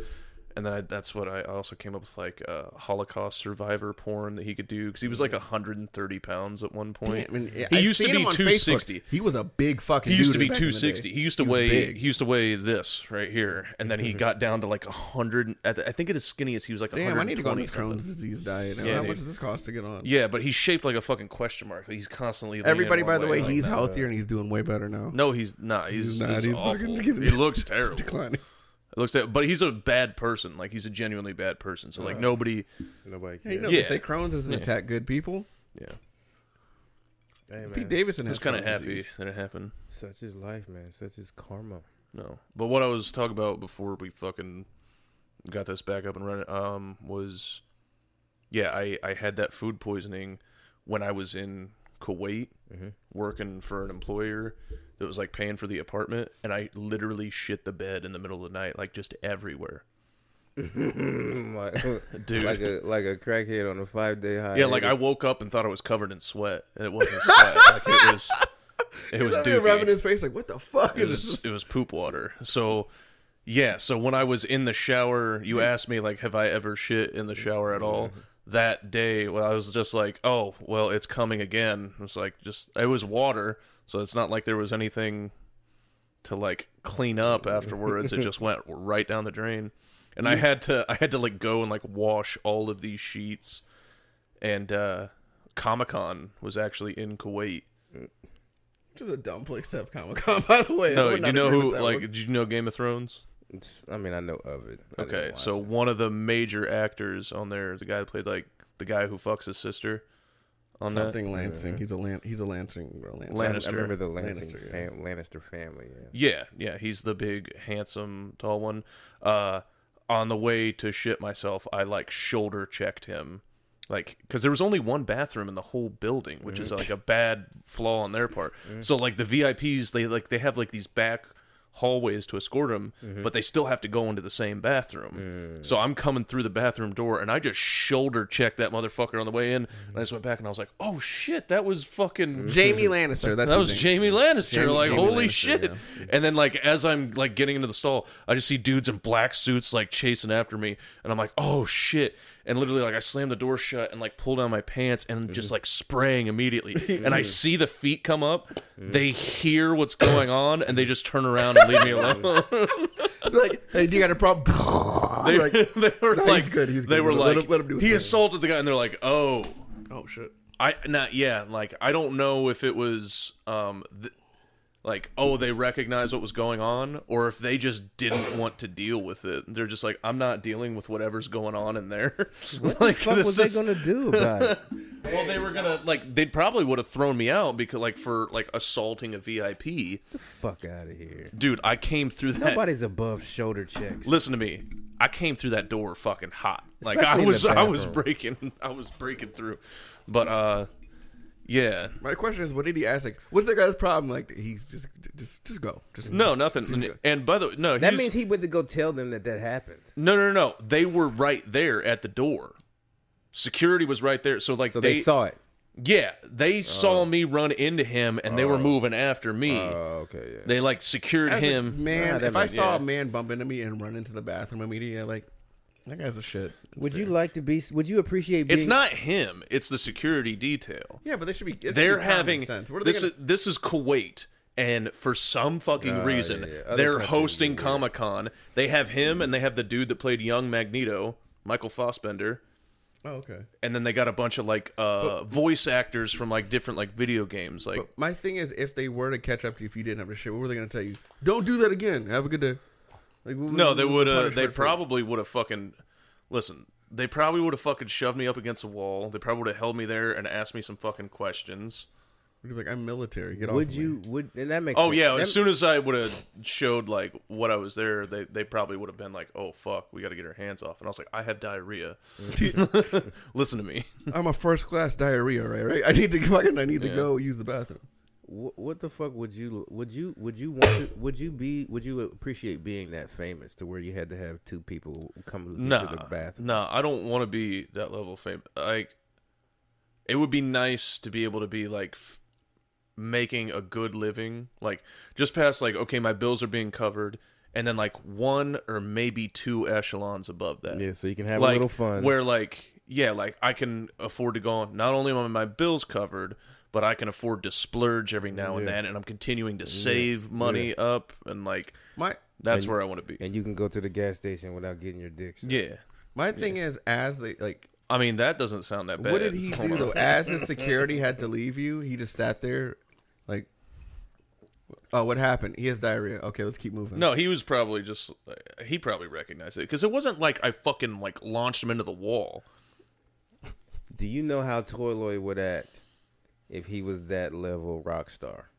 Speaker 2: And then I, that's what I also came up with, like uh, Holocaust survivor porn that he could do because he was like 130 pounds at one point.
Speaker 3: I mean, Mm-hmm. yeah,
Speaker 2: he
Speaker 3: I've
Speaker 2: used to
Speaker 3: seen
Speaker 2: be
Speaker 3: him on Facebook.
Speaker 2: 260.
Speaker 3: He was a big fucking.
Speaker 2: He used
Speaker 3: dude
Speaker 2: to be
Speaker 3: back in the day.
Speaker 2: 260. He used to
Speaker 3: He was
Speaker 2: weigh
Speaker 3: big. Mm-hmm.
Speaker 2: he used to weigh this right here, and then he got down to like 100. At the, I think at his skinniest, he was like
Speaker 3: Damn, I need to go on
Speaker 2: 120
Speaker 3: this
Speaker 2: something.
Speaker 3: Crohn's disease diet. Now,
Speaker 2: Yeah,
Speaker 3: How
Speaker 2: dude.
Speaker 3: much does this cost to get on?
Speaker 2: Yeah, but he's shaped like a fucking question mark. He's constantly. leaning
Speaker 3: Everybody,
Speaker 2: one
Speaker 3: by the way,
Speaker 2: like
Speaker 3: he's
Speaker 2: that.
Speaker 3: healthier and he's doing way better now.
Speaker 2: No, he's not. He's, he's, awful.
Speaker 3: fucking
Speaker 2: He
Speaker 3: getting-
Speaker 2: looks
Speaker 3: it's
Speaker 2: terrible.
Speaker 3: Declining.
Speaker 2: It looks, ter- but he's a bad person. Like he's a genuinely bad person. So like nobody.
Speaker 1: Nobody.
Speaker 3: Hey, you know,
Speaker 1: cares.
Speaker 3: they
Speaker 2: Yeah.
Speaker 3: say Crohn's doesn't attack good people.
Speaker 2: Yeah,
Speaker 1: Hey, man,
Speaker 3: Pete Davidson
Speaker 2: I was
Speaker 3: has
Speaker 2: kind of
Speaker 3: Crohn's
Speaker 2: happy
Speaker 3: disease.
Speaker 2: that it happened.
Speaker 1: Such is life, man. Such is karma.
Speaker 2: No, but what I was talking about before we fucking got this back up and running um, was, yeah, I I had that food poisoning when I was in Kuwait
Speaker 1: Mm-hmm.
Speaker 2: working for an employer that was like paying for the apartment, and I literally shit the bed in the middle of the night, like just everywhere.
Speaker 1: like,
Speaker 2: Dude.
Speaker 1: like a like a crackhead on a five day high.
Speaker 2: Yeah, like I woke up and thought I was covered in sweat, and it wasn't sweat. like it was, it was
Speaker 3: He's out here
Speaker 2: dookie.
Speaker 3: rubbing his face like, what the fuck
Speaker 2: it
Speaker 3: is this?
Speaker 2: was it was poop water. So yeah, so when I was in the shower, you asked me like, have I ever shit in the shower at all?
Speaker 3: Mm-hmm.
Speaker 2: That day, well, I was just like, oh, well, it's coming again. It was like just it was water, so it's not like there was anything to like clean up
Speaker 3: Mm-hmm.
Speaker 2: afterwards. it just went right down the drain, and I had to I had to like go and like wash all of these sheets, and uh, Comic Con was actually in Kuwait.
Speaker 3: Which is a dumb place to have Comic Con, by the way. I
Speaker 2: No,
Speaker 3: would
Speaker 2: do
Speaker 3: not
Speaker 2: you know
Speaker 3: agree with
Speaker 2: who
Speaker 3: that
Speaker 2: like?
Speaker 3: one.
Speaker 2: Did you know Game of Thrones?
Speaker 1: It's- I mean, I know of it. I didn't
Speaker 2: Okay,
Speaker 1: watch
Speaker 2: so
Speaker 1: it.
Speaker 2: one of the major actors on there, the guy that played like the guy who fucks his sister on that.
Speaker 3: something Lansing. He's a Lan- he's a Lansing. or a Lansing.
Speaker 2: Lan-
Speaker 1: I
Speaker 2: Lannister.
Speaker 1: remember the Lannister,
Speaker 3: Lannister,
Speaker 1: fam- Lannister family. Yeah.
Speaker 2: Yeah, yeah, he's the big, handsome, tall one. Uh, on the way to shit myself, I like shoulder checked him, like because there was only one bathroom in the whole building, which is like a bad flaw on their part. So like the VIPs, they like they have like these back hallways to escort him, but they still have to go into the same bathroom. So I'm coming through the bathroom door and I just shoulder checked that motherfucker on the way in. And I just went back and I was like, oh shit, that was fucking
Speaker 3: Jamie Lannister. That's
Speaker 2: that
Speaker 3: his
Speaker 2: was
Speaker 3: name.
Speaker 2: Jamie Lannister.
Speaker 3: Jamie-
Speaker 2: like,
Speaker 3: Jamie
Speaker 2: holy
Speaker 3: Lannister,
Speaker 2: shit!
Speaker 3: yeah.
Speaker 2: And then, like, as I'm like getting into the stall, I just see dudes in black suits like chasing after me, and I'm like, oh shit! And literally, like, I slam the door shut and like pull down my pants
Speaker 3: Mm-hmm.
Speaker 2: and just like spraying immediately. and I see the feet come up. They hear what's going on and they just turn around and leave me alone.
Speaker 3: like, hey, do you got a problem?
Speaker 2: they,
Speaker 3: like,
Speaker 2: they were
Speaker 3: "No, he's
Speaker 2: like,
Speaker 3: good, he's
Speaker 2: they
Speaker 3: good.
Speaker 2: were
Speaker 3: Let him-
Speaker 2: like,
Speaker 3: let him do his
Speaker 2: he
Speaker 3: thing."
Speaker 2: assaulted the guy, and they're like, oh.
Speaker 3: oh shit.
Speaker 2: I not yeah, like I don't know if it was um th- like oh they recognized what was going on or if they just didn't want to deal with it. They're just like I'm not dealing with whatever's going on in there. like
Speaker 1: fuck
Speaker 2: this
Speaker 1: was
Speaker 2: is-
Speaker 1: they gonna do about it?
Speaker 2: well they were going to like they probably would have thrown me out because like for like assaulting a VIP.
Speaker 1: Fuck out of here.
Speaker 2: Dude, I came through that
Speaker 1: Nobody's above shoulder checks.
Speaker 2: Listen to me. I came through that door fucking hot. Like
Speaker 1: Especially in
Speaker 2: I
Speaker 1: the
Speaker 2: was I was
Speaker 1: bathroom.
Speaker 2: breaking I was breaking through. But uh yeah.
Speaker 3: My question is, what did he ask? Like, what's that guy's problem? Like, he's just, just, just go. Just
Speaker 2: No,
Speaker 3: just-
Speaker 2: nothing.
Speaker 3: just go.
Speaker 2: And by the way, no,
Speaker 1: that
Speaker 2: he's-
Speaker 1: means he went to go tell them that that happened.
Speaker 2: No, no, no. no. They were right there at the door. Security was right there. So like
Speaker 1: So they, saw it.
Speaker 2: Yeah,
Speaker 1: Oh.
Speaker 2: they saw me run into him and they were moving after me.
Speaker 1: Oh, okay, yeah.
Speaker 2: they like secured
Speaker 3: As a
Speaker 2: him.
Speaker 1: Nah,
Speaker 3: man,
Speaker 1: that
Speaker 3: if I
Speaker 1: makes-
Speaker 3: saw
Speaker 1: yeah.
Speaker 3: a man bump into me and run into the bathroom immediately, like, that guy's a shit.
Speaker 1: would you like to be? Would you appreciate? Being,
Speaker 2: it's not him. It's the security detail.
Speaker 3: Yeah, but they should be. it should
Speaker 2: They're
Speaker 3: be common
Speaker 2: having
Speaker 3: sense. What are they
Speaker 2: this
Speaker 3: gonna-
Speaker 2: is this is Kuwait and for some fucking reason
Speaker 1: Oh, yeah, yeah. Other
Speaker 2: they're
Speaker 1: countries,
Speaker 2: hosting Comic-Con. They have
Speaker 1: Mm-hmm.
Speaker 2: him and they have the dude that played young Magneto, Michael Fossbender.
Speaker 3: oh, okay.
Speaker 2: And then they got a bunch of like uh, voice actors from like different like video games, like
Speaker 3: My thing is, if they were to catch up to you, if you didn't have the shit, what were they going to tell you? Don't do that again. Have a good day. Like, what was-
Speaker 2: No,
Speaker 3: what
Speaker 2: they
Speaker 3: was the
Speaker 2: would have. They
Speaker 3: punishment for it?
Speaker 2: probably would have fucking. Listen, they probably would have fucking shoved me up against a wall. They probably would have held me there and asked me some fucking questions.
Speaker 3: You'd be like, I'm military. Get off.
Speaker 1: Would
Speaker 3: of
Speaker 1: you? Would and that makes?
Speaker 2: Oh
Speaker 1: sense.
Speaker 2: yeah,
Speaker 1: That-
Speaker 2: as soon as I would have showed like what I was there, they they probably would have been like, "Oh fuck, we got to get our hands off." And I was like, "I have diarrhea." Listen to me.
Speaker 3: Me. I'm a first class diarrhea, right? Right. I need to fucking. I need to go use the bathroom.
Speaker 1: Wh- what the fuck would you would you would you want to would you be would you appreciate being that famous to where you had to have two people come with you to the
Speaker 2: Nah,
Speaker 1: bathroom?
Speaker 2: nah, I don't want to be that level of fame. Like, it would be nice to be able to be like f- making a good living, like just past like okay, my bills are being covered, and then like one or maybe two echelons above that.
Speaker 1: Yeah, so you can have
Speaker 2: like
Speaker 1: a little fun.
Speaker 2: where like yeah, like I can afford to go on. Not only am my bills covered. But I can afford to splurge every now and then, and I'm continuing to save money up, and like
Speaker 3: My
Speaker 2: that's where I want to be.
Speaker 1: and you can go to the gas station without getting your dick. sucked.
Speaker 2: yeah,
Speaker 3: my thing is, as they like,
Speaker 2: I mean that doesn't sound that bad.
Speaker 3: what did he
Speaker 2: Hold
Speaker 3: do
Speaker 2: on.
Speaker 3: though? As his security had to leave you, he just sat there, like, oh, what happened? He has diarrhea. Okay, let's keep moving.
Speaker 2: No, he was probably just uh, he probably recognized it because it wasn't like I fucking like launched him into the wall.
Speaker 1: Do you know how Torloy would act if he was that level rock star?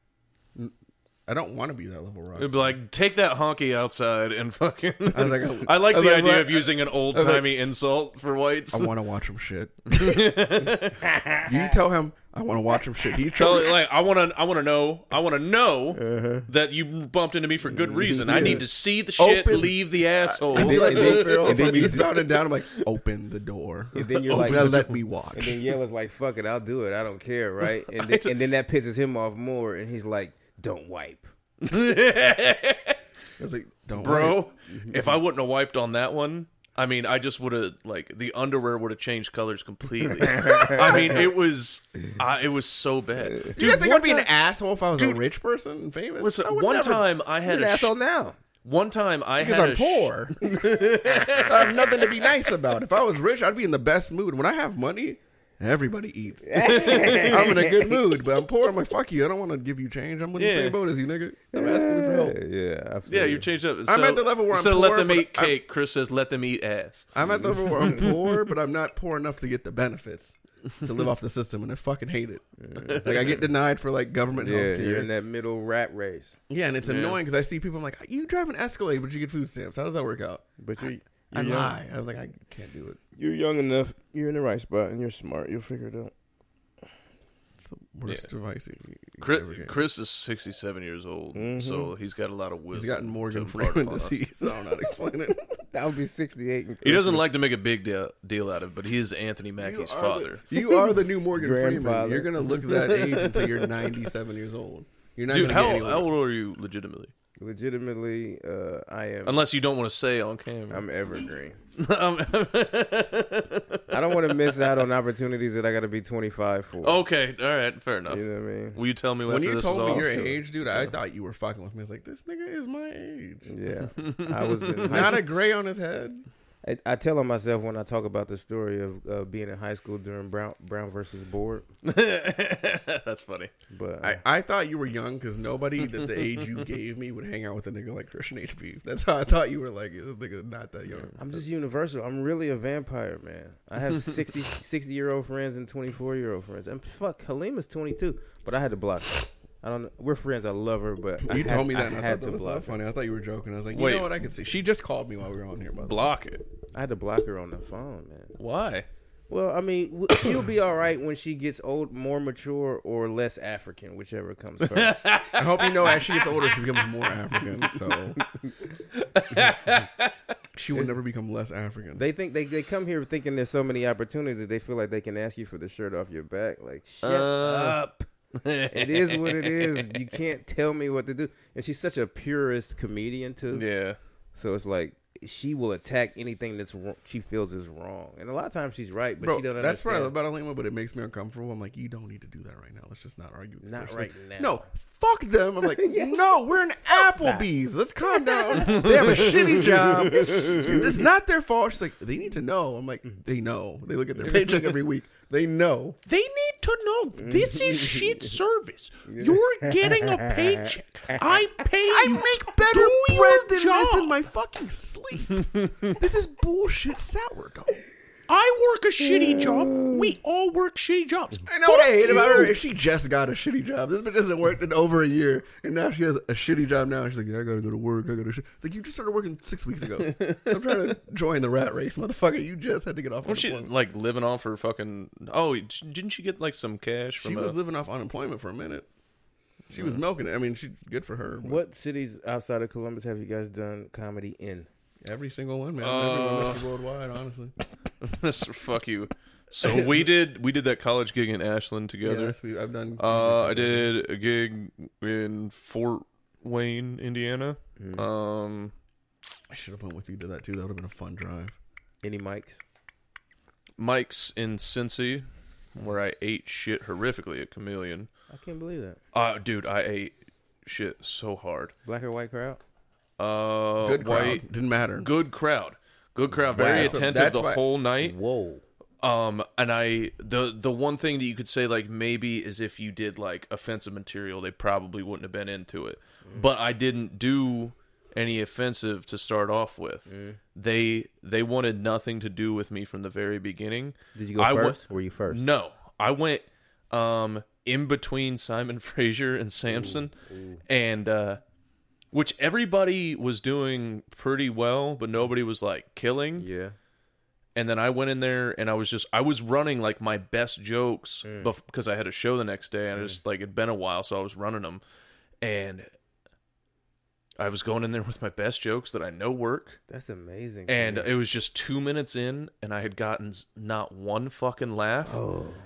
Speaker 3: I don't want to be that level rock.
Speaker 2: It'd be like take that honky outside and fucking. I,
Speaker 3: was like, oh.
Speaker 2: like
Speaker 3: I was
Speaker 2: the
Speaker 3: like,
Speaker 2: idea
Speaker 3: what?
Speaker 2: of using an old timey insult for whites.
Speaker 3: I want to watch him shit. you tell him I want to watch him shit. He
Speaker 2: Tell
Speaker 3: tell
Speaker 2: it like I want to. I want to know. I want to know
Speaker 3: Uh-huh.
Speaker 2: that you bumped into me for good reason. I need to see the shit
Speaker 3: Open-
Speaker 2: leave the asshole.
Speaker 3: be like
Speaker 1: And then-
Speaker 3: Will Ferrell
Speaker 1: and then
Speaker 3: from
Speaker 1: you-
Speaker 3: Eastbound and Down. I'm like, open the door.
Speaker 1: And then you're
Speaker 3: open
Speaker 1: like-
Speaker 3: and let me
Speaker 1: And
Speaker 3: watch.
Speaker 1: then Yella's like, "Fuck it, I'll do it. I don't care, right?" And then, and then that pisses him off more, and he's like, "Don't wipe."
Speaker 3: I was like, don't worry.
Speaker 2: bro. If I wouldn't have wiped on that one, I mean, I just would have like the underwear would have changed colors completely. I mean, it was, I, it was so bad,
Speaker 3: Do you guys
Speaker 2: dude.
Speaker 3: think I'd
Speaker 2: One
Speaker 3: be an
Speaker 2: time,
Speaker 3: asshole if I was a rich person and famous?
Speaker 2: listen,
Speaker 3: I would
Speaker 2: one
Speaker 3: never-
Speaker 2: time I had
Speaker 1: An
Speaker 2: a sh-
Speaker 1: asshole now.
Speaker 2: one time I
Speaker 3: Because
Speaker 2: had
Speaker 3: I'm
Speaker 2: a sh-
Speaker 3: poor. I have nothing to be nice about. If I was rich, I'd be in the best mood. When I have money, everybody eats. I'm in a good mood, but I'm poor. I'm like, fuck you. I don't want to give you change. I'm in
Speaker 2: Yeah.
Speaker 3: the same boat as you, nigga. Stop asking me for help.
Speaker 1: Yeah, I feel
Speaker 2: yeah,
Speaker 1: you.
Speaker 2: you changed up. So,
Speaker 3: I'm at the level where I'm
Speaker 2: so let
Speaker 3: poor,
Speaker 2: them
Speaker 3: but
Speaker 2: eat
Speaker 3: I'm-
Speaker 2: cake. Chris says, "Let them eat ass."
Speaker 3: I'm at the level where I'm poor, but I'm not poor enough to get the benefits to live off the system, and I fucking hate it. Like I get denied for like government
Speaker 1: yeah,
Speaker 3: health
Speaker 1: you're in
Speaker 3: care.
Speaker 1: that middle rat race.
Speaker 3: Yeah, and it's annoying because I see people. I'm like, you drive an Escalade, but you get food stamps. How does that work out?
Speaker 1: But you,
Speaker 3: I
Speaker 1: you're young,
Speaker 3: lie. I was like, I can't do it.
Speaker 1: you're young enough. You're in the right spot, and you're smart. You'll figure it out.
Speaker 3: the worst device. he- he ever
Speaker 2: Chris,
Speaker 3: gave.
Speaker 2: Chris is 67 years old, so he's got a lot of wisdom.
Speaker 3: Mm-hmm. He's gotten Morgan
Speaker 2: to impart
Speaker 3: Freeman
Speaker 2: upon us.
Speaker 3: disease. I don't know how to explain it.
Speaker 1: That would be 68. and
Speaker 2: He doesn't
Speaker 1: Christmas.
Speaker 2: like to make a big deal, deal out of it, but he is Anthony Mackie's father.
Speaker 3: The, you are the new Morgan Freeman.
Speaker 1: Grandfather.
Speaker 3: You're gonna look that age until you're 97 years old. You're not
Speaker 2: Dude,
Speaker 3: gonna
Speaker 2: how,
Speaker 3: get any
Speaker 2: how
Speaker 3: older.
Speaker 2: old are you legitimately?
Speaker 1: Legitimately, uh, I am.
Speaker 2: Unless you don't want to say on camera.
Speaker 1: I'm evergreen.
Speaker 2: I'm-
Speaker 1: I don't want to miss out on opportunities that I got to be 25 for.
Speaker 3: Oh,
Speaker 2: okay, all right, fair enough.
Speaker 1: You know what I mean?
Speaker 2: Will you tell me
Speaker 3: When
Speaker 2: after
Speaker 3: you
Speaker 2: this
Speaker 3: told
Speaker 2: is
Speaker 3: me
Speaker 2: off?
Speaker 3: your
Speaker 1: sure.
Speaker 3: age, dude, I thought you were fucking with me. I was like, this nigga is my age.
Speaker 1: Yeah, I was in high
Speaker 3: Not a gray on his head.
Speaker 1: I, I tell on myself when I talk about the story of uh, being in high school during Brown Brown versus Board,
Speaker 2: That's funny.
Speaker 1: but uh,
Speaker 3: I, I thought you were young because nobody that the age you gave me would hang out with a nigga like Christian HB. That's how I thought you were like, this nigga not that young.
Speaker 1: I'm just universal. I'm really a vampire, man. I have 60, 60 year old friends and 24 year old friends. And fuck, Halima's 22, but I had to block her. I don't know. We're friends. I love her, but I
Speaker 3: You
Speaker 1: had-
Speaker 3: told me that,
Speaker 1: I
Speaker 3: and I
Speaker 1: had
Speaker 3: thought
Speaker 1: to
Speaker 3: that was
Speaker 1: block
Speaker 3: not
Speaker 1: her.
Speaker 3: funny. I thought you were joking. I was like, you
Speaker 2: Wait.
Speaker 3: know what I could see? She just called me while we were on here, by the way.
Speaker 2: Block it.
Speaker 1: I had to block her on the phone, man.
Speaker 2: Why?
Speaker 1: Well, I mean, w- she'll be all right when she gets old, more mature, or less African, whichever comes first.
Speaker 3: I hope you know as she gets older, she becomes more African. So she will never become less African.
Speaker 1: they think they, they come here thinking there's so many opportunities that they feel like they can ask you for the shirt off your back. Like,
Speaker 3: Uh.
Speaker 1: shut up.
Speaker 2: Uh,
Speaker 1: it is what it is. You can't tell me what to do. And she's such a purist comedian too.
Speaker 2: Yeah.
Speaker 1: So it's like she will attack anything that's wrong, she feels is wrong. And a lot of times she's right, but
Speaker 3: Bro,
Speaker 1: she doesn't.
Speaker 3: that's what I
Speaker 1: understand.
Speaker 3: love about Alima, but it makes me uncomfortable. I'm like, you don't need to do that right now. Let's just not argue. with
Speaker 1: Not
Speaker 3: this
Speaker 1: right
Speaker 3: person."
Speaker 1: now.
Speaker 3: No, fuck them. I'm like, no, we're in Applebee's. Let's calm down. They have a shitty job. It's not their fault. She's like, they need to know. I'm like, they know. They look at their paycheck every week. They know.
Speaker 2: They need to know this is shit service. You're getting a paycheck. I pay.
Speaker 3: I make better bread than this in my fucking sleep. this is bullshit sourdough.
Speaker 2: I work a shitty job.
Speaker 3: Mm.
Speaker 2: We all work shitty jobs.
Speaker 3: I know what I hate about her. If she just got a shitty job, this bitch hasn't worked in over a year, and now she has a shitty job. Now she's like, yeah, I gotta go to work. I gotta. Sh-. It's like you just started working six weeks ago. I'm trying to join the rat race, motherfucker. You just had to get off.
Speaker 2: Was she
Speaker 3: unemployment.
Speaker 2: like living off her fucking? Oh, didn't she get like some cash from?
Speaker 3: she
Speaker 2: a,
Speaker 3: was living off unemployment for a minute. She was milking it. I mean, she good for her. but
Speaker 1: What cities outside of Columbus have you guys done comedy in?
Speaker 3: Every single one, man.
Speaker 2: Uh.
Speaker 3: Everyone is worldwide, honestly.
Speaker 2: Mister, fuck you. So we did we did that college gig in Ashland together.
Speaker 3: Yes, we, I've done.
Speaker 2: Uh, I did a gig in Fort Wayne, Indiana.
Speaker 1: Hmm.
Speaker 3: Uh,
Speaker 2: Um,
Speaker 3: I should have went with you to that too. That would have been a fun drive.
Speaker 1: Any mics?
Speaker 2: Mike's in Cincy, where I ate shit horrifically at Chameleon.
Speaker 1: I can't believe that.
Speaker 2: Uh, dude, I ate shit so hard.
Speaker 1: Black or white crowd?
Speaker 2: Uh,
Speaker 3: Good crowd.
Speaker 2: white-
Speaker 3: Didn't matter.
Speaker 2: good crowd, good crowd, very
Speaker 1: Wow.
Speaker 2: attentive
Speaker 3: That's
Speaker 2: the
Speaker 3: why-
Speaker 2: whole night.
Speaker 1: Whoa.
Speaker 2: Um, and I the the one thing that you could say like maybe is if you did like offensive material, they probably wouldn't have been into it. But I didn't do any offensive to start off with. They they wanted nothing to do with me from the very beginning.
Speaker 1: Did you go
Speaker 2: I wa-
Speaker 1: first? Were you first?
Speaker 2: No, I went um in between Simon Fraser and Samson, and uh, which everybody was doing pretty well, but nobody was like killing
Speaker 1: Yeah.
Speaker 2: and then I went in there and I was just I was running like my best jokes bef- because I had a show the next day and I just like it'd been a while so I was running them and I was going in there with my best jokes that I know work
Speaker 1: That's amazing.
Speaker 2: and
Speaker 1: Camille.
Speaker 2: it was just 2 minutes in and I had gotten s- not one fucking laugh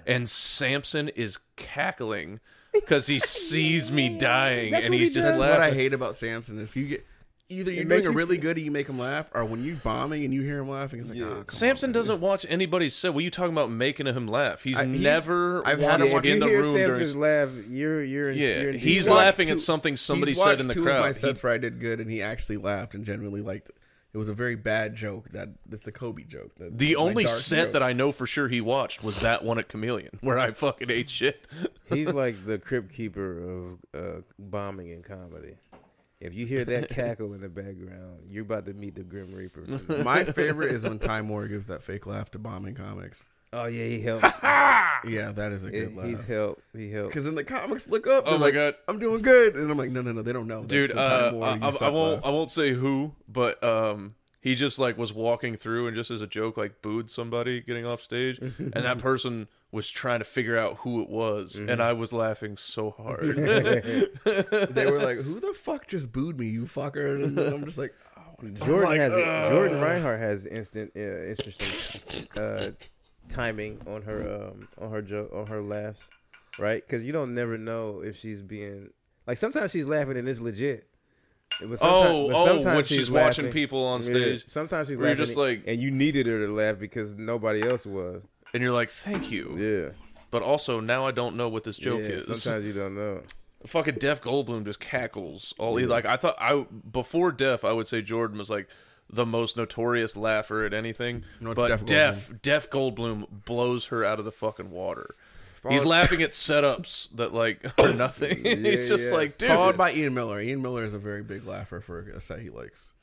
Speaker 2: and Samson is cackling cuz he sees me dying
Speaker 1: That's
Speaker 2: and
Speaker 1: what
Speaker 2: he's
Speaker 1: he
Speaker 2: just
Speaker 1: does.
Speaker 3: That's what I
Speaker 2: laughing
Speaker 3: hate about Samson. If you get either you're
Speaker 1: It
Speaker 3: doing
Speaker 1: makes
Speaker 3: a
Speaker 1: you
Speaker 3: really good and you make him laugh, or when you bombing and you hear him laughing, it's like,
Speaker 1: Yeah.
Speaker 3: ah, come
Speaker 2: Samson doesn't watch anybody's set. What are you talking about making him laugh? He's
Speaker 3: I- he's-
Speaker 2: never
Speaker 3: I've had
Speaker 2: once
Speaker 3: him watch-
Speaker 2: in
Speaker 1: if
Speaker 2: the
Speaker 1: you hear
Speaker 2: room during
Speaker 1: Samson's laugh, you're you're in,
Speaker 2: Yeah,
Speaker 1: you're in
Speaker 2: he's
Speaker 1: deep-
Speaker 3: watched
Speaker 2: laughing at
Speaker 3: two-
Speaker 2: something
Speaker 3: on."
Speaker 2: somebody
Speaker 3: He's
Speaker 2: said
Speaker 3: watched
Speaker 2: in the
Speaker 3: two Of my
Speaker 2: crowd.
Speaker 3: sets where I did good, and he actually laughed and genuinely liked. It, It was a very bad joke. That that's the Kobe joke. That,
Speaker 2: the only set that I know for sure he watched was that one at Chameleon, where I fucking ate shit.
Speaker 1: he's like the crypt keeper of uh, bombing and comedy. If you hear that cackle in the background, you're about to meet the Grim Reaper.
Speaker 3: my favorite is when Ty Moore gives that fake laugh to bombing comics.
Speaker 1: oh yeah, he helps.
Speaker 3: Yeah, that is a
Speaker 1: He-
Speaker 3: good
Speaker 1: he's
Speaker 3: laugh.
Speaker 1: helped. He helped.
Speaker 3: Because then the comics look up.
Speaker 2: Oh
Speaker 3: they're
Speaker 2: my
Speaker 3: like,
Speaker 2: God.
Speaker 3: I'm doing good, and I'm like, no, no, no, they don't know, That's
Speaker 2: Dude,
Speaker 3: the Ty
Speaker 2: uh,
Speaker 3: Moore,
Speaker 2: I,
Speaker 3: you
Speaker 2: I, I
Speaker 3: suck
Speaker 2: won't
Speaker 3: laugh.
Speaker 2: I won't say who, but um, he just like was walking through and just as a joke like booed somebody getting off stage and that person was trying to figure out who it was
Speaker 1: Mm-hmm.
Speaker 2: and i was laughing so hard
Speaker 3: They were like, "Who the fuck just booed me, you fucker?" And I'm just like, uh, "I want to."
Speaker 1: Jordan has it. Jordan Reinhardt has instant, uh, interesting uh, timing on her um, on her joke on her laughs, right? Because you don't never know if she's being like sometimes she's laughing and it's legit. But sometimes,
Speaker 2: oh
Speaker 1: but
Speaker 2: oh
Speaker 1: sometimes
Speaker 2: when she's, watching
Speaker 1: laughing-
Speaker 2: people on
Speaker 1: Yeah,
Speaker 2: stage
Speaker 1: sometimes she's
Speaker 2: where
Speaker 1: laughing,
Speaker 2: you're just like-
Speaker 1: and you needed her to laugh because nobody else was.
Speaker 2: and you're like thank you
Speaker 1: Yeah,
Speaker 2: but also now i don't know what this joke
Speaker 1: yeah.
Speaker 2: is
Speaker 1: Sometimes you don't know.
Speaker 2: fucking Def Goldblum just cackles. All he like, I thought I before Def, I would say Jordan was like the most notorious laugher at anything.
Speaker 3: No, it's
Speaker 2: but
Speaker 3: Def
Speaker 2: Def Def, Goldblum blows her out of the fucking water. He's
Speaker 1: Followed-
Speaker 2: laughing at setups that like are nothing. He's just
Speaker 1: yeah.
Speaker 2: like, dude.
Speaker 3: Followed by Ian Miller. Ian Miller is a very big laugher for a set he likes.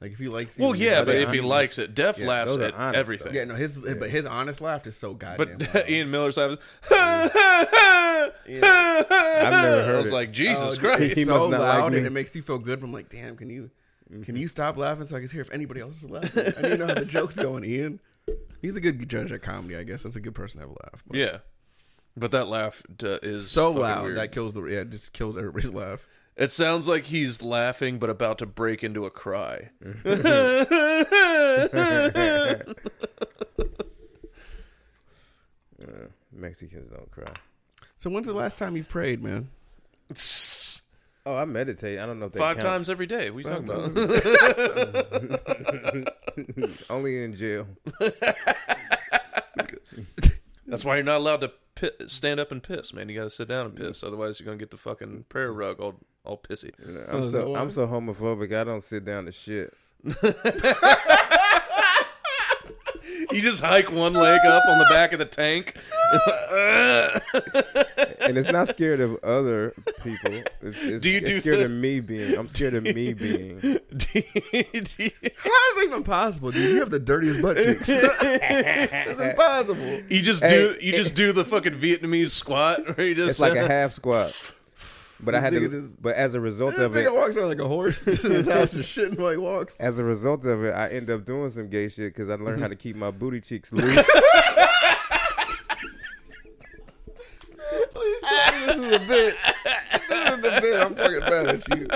Speaker 3: Like if he likes,
Speaker 2: well,
Speaker 3: he-
Speaker 2: yeah,
Speaker 1: Are
Speaker 2: but
Speaker 1: they
Speaker 2: if he
Speaker 1: honest?
Speaker 2: likes it, Def
Speaker 1: Yeah,
Speaker 2: laughs
Speaker 1: those are
Speaker 2: at
Speaker 1: honest,
Speaker 2: everything.
Speaker 1: though.
Speaker 3: yeah, no, his but his honest laugh is so goddamn.
Speaker 2: But
Speaker 3: loud.
Speaker 2: Ian Miller's laughing. I've
Speaker 1: never
Speaker 2: I
Speaker 1: heard
Speaker 2: was
Speaker 1: it.
Speaker 2: like, Jesus
Speaker 3: Oh,
Speaker 2: Christ.
Speaker 3: It's
Speaker 1: He
Speaker 3: so
Speaker 1: must not like
Speaker 3: loud
Speaker 1: me. Mm-hmm.
Speaker 3: and it makes you feel good. But I'm like, damn, can you can you stop laughing so I can hear if anybody else is laughing? I need to know how the joke's going, Ian. He's a good judge at comedy, I guess. That's a good person to have a laugh. But
Speaker 2: Yeah. But that laugh uh, is
Speaker 3: so
Speaker 2: fucking
Speaker 3: loud
Speaker 2: weird.
Speaker 3: that kills the yeah, it just kills everybody's laugh.
Speaker 2: It sounds like he's laughing but about to break into a cry.
Speaker 1: Uh, Mexicans don't cry.
Speaker 3: So when's the last time you prayed, man?
Speaker 2: Five
Speaker 1: Oh, I meditate. I don't know if that counts.
Speaker 2: times every day. What are you talking about?
Speaker 1: Only in jail.
Speaker 2: That's why you're not allowed to pi stand up and piss, man. You got to sit down and
Speaker 1: Mm.
Speaker 2: piss. Otherwise, you're going to get the fucking prayer rug all, all pissy.
Speaker 1: I'm
Speaker 3: Oh,
Speaker 1: so
Speaker 3: Lord.
Speaker 1: I'm so homophobic. I don't sit down to shit.
Speaker 2: You just hike one leg up on the back of the tank.
Speaker 1: and it's not scared of other people. It's, it's,
Speaker 2: Do you
Speaker 1: it's
Speaker 2: do
Speaker 1: scared
Speaker 2: the-
Speaker 1: of me being? I'm scared of me being.
Speaker 2: Do you- do you-
Speaker 3: How is that even possible, dude? You have the dirtiest butt cheeks. it's impossible.
Speaker 2: you just do you just do the fucking Vietnamese squat where you just
Speaker 1: It's like a half squat. But I had
Speaker 3: This nigga
Speaker 1: to.
Speaker 3: just-
Speaker 1: But as a result
Speaker 3: This
Speaker 1: of it,
Speaker 3: nigga walks around like a horse in his house just shitting while he walks.
Speaker 1: as a result of it, I end up doing some gay shit because I learned
Speaker 3: Mm-hmm.
Speaker 1: how to keep my booty cheeks loose.
Speaker 3: Please tell me this is a bit. This is a bit. I'm fucking mad at you.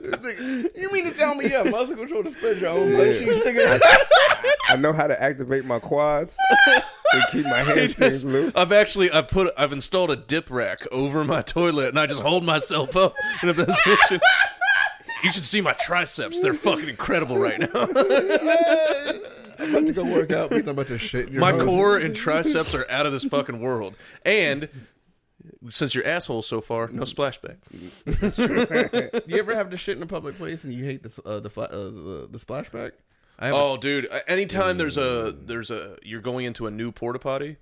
Speaker 3: This nigga- You mean to tell me you have muscle control to spread your own butt cheeks, nigga?
Speaker 1: I know how to activate my quads and keep my hamstrings loose.
Speaker 3: uh
Speaker 2: I've actually I've put I've installed a dip rack over my toilet and I just hold myself up in a position. You should see my triceps. They're fucking incredible right now.
Speaker 3: I'm about to go work out because I'm about to shit in your
Speaker 2: My
Speaker 3: house.
Speaker 2: core and triceps are out of this fucking world. And since your asshole's so far, no splashback.
Speaker 3: You ever have to shit in a public place and you hate the uh, the, fla- uh, the the splashback? I have
Speaker 2: Oh, dude! Anytime there's a there's a you're going into a new porta potty,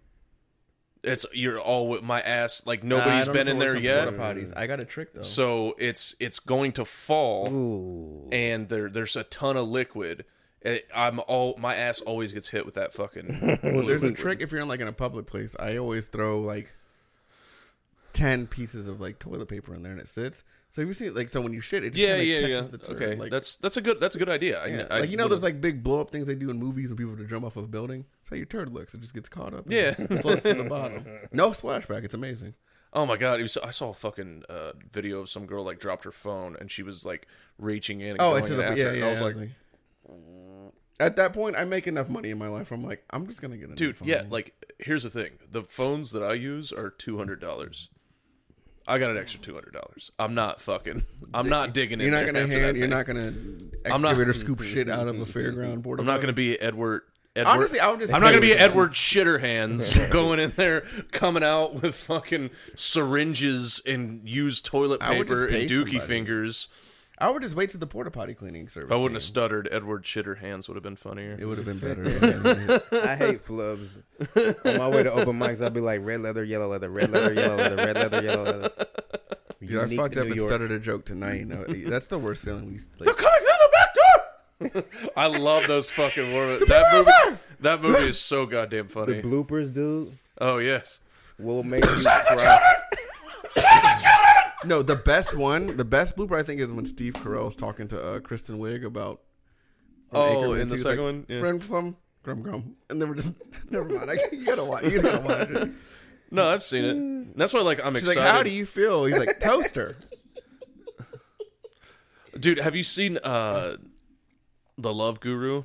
Speaker 2: it's you're all my ass. Like nobody's been in there yet. Mm.
Speaker 3: Potties. I got a trick though.
Speaker 2: so it's it's going to fall and there there's a ton of liquid It- i'm all my ass always gets hit with that fucking
Speaker 3: Well, there's a trick if you're in like in a public place. I always throw like ten pieces of like toilet paper in there and it sits. So have you seen like so when you shit, it just
Speaker 2: yeah
Speaker 3: kinda
Speaker 2: yeah yeah
Speaker 3: catches the turd,
Speaker 2: okay
Speaker 3: like-
Speaker 2: that's that's a good that's a good idea I-
Speaker 3: Yeah,
Speaker 2: I,
Speaker 3: like you know
Speaker 2: wouldn't-
Speaker 3: those like big blow up things they do in movies when people to jump off of a building. That's how your turd looks. It just gets caught up. and
Speaker 2: Yeah.
Speaker 3: floats to the bottom. No splashback. It's amazing.
Speaker 2: oh my god it was, i saw a fucking uh, video of some girl like dropped her phone and she was like reaching in and
Speaker 3: Oh,
Speaker 2: going
Speaker 3: it's to
Speaker 2: in
Speaker 3: the
Speaker 2: after
Speaker 3: yeah,
Speaker 2: it,
Speaker 3: yeah.
Speaker 2: and i was like
Speaker 3: at that point, I make enough money in my life. I'm like, I'm just gonna get a new
Speaker 2: dude
Speaker 3: phone.
Speaker 2: yeah like here's the thing the phones that i use are $200 I got an extra two hundred dollars. I'm not fucking. I'm not digging in.
Speaker 3: You're not
Speaker 2: there
Speaker 3: gonna
Speaker 2: after
Speaker 3: hand.
Speaker 2: that
Speaker 3: You're
Speaker 2: thing.
Speaker 3: not gonna
Speaker 2: I'm not-
Speaker 3: excavate or scoop shit out of a fairground board.
Speaker 2: I'm not going to be Edward. Edward.
Speaker 3: Honestly, I would just.
Speaker 2: I'm not gonna be Edward Shitterhands going in there, coming out with fucking syringes and used toilet
Speaker 3: I would
Speaker 2: paper
Speaker 3: just
Speaker 2: and
Speaker 3: pay
Speaker 2: dookie
Speaker 3: somebody.
Speaker 2: fingers.
Speaker 3: I would just wait to the porta potty cleaning service.
Speaker 2: If I wouldn't have
Speaker 3: came.
Speaker 2: stuttered, Edward Shitterhands would have been funnier.
Speaker 3: It would have been better.
Speaker 1: I hate flubs. On my way to open mics, I'll be like red leather, yellow leather, red leather, yellow leather, red leather, yellow leather.
Speaker 3: Dude, I
Speaker 1: Unique
Speaker 3: fucked
Speaker 1: to
Speaker 3: up
Speaker 1: New
Speaker 3: and
Speaker 1: York.
Speaker 3: stuttered a joke tonight. No, that's the worst feeling. We like,
Speaker 2: They're coming through the back door. I love those fucking warm That movie. That movie is so goddamn
Speaker 1: The
Speaker 2: funny.
Speaker 1: bloopers, dude,
Speaker 2: Oh yes.
Speaker 1: will make you cry.
Speaker 3: No, the best one, the best blooper I think is when Steve Carell's talking to uh, Kristen Wiig about
Speaker 2: Oh,
Speaker 3: Anchorman
Speaker 2: in the
Speaker 3: too. It's
Speaker 2: second
Speaker 3: like,
Speaker 2: one? Yeah.
Speaker 3: friend from Grum Grum, and they were just never mind. I, you gotta watch. You gotta watch it.
Speaker 2: No, I've seen it. That's why, like, I'm
Speaker 3: Mm. She's like,
Speaker 2: excited.
Speaker 3: "How do you feel?" He's like, "Toaster."
Speaker 2: dude? Have you seen uh, the Love Guru?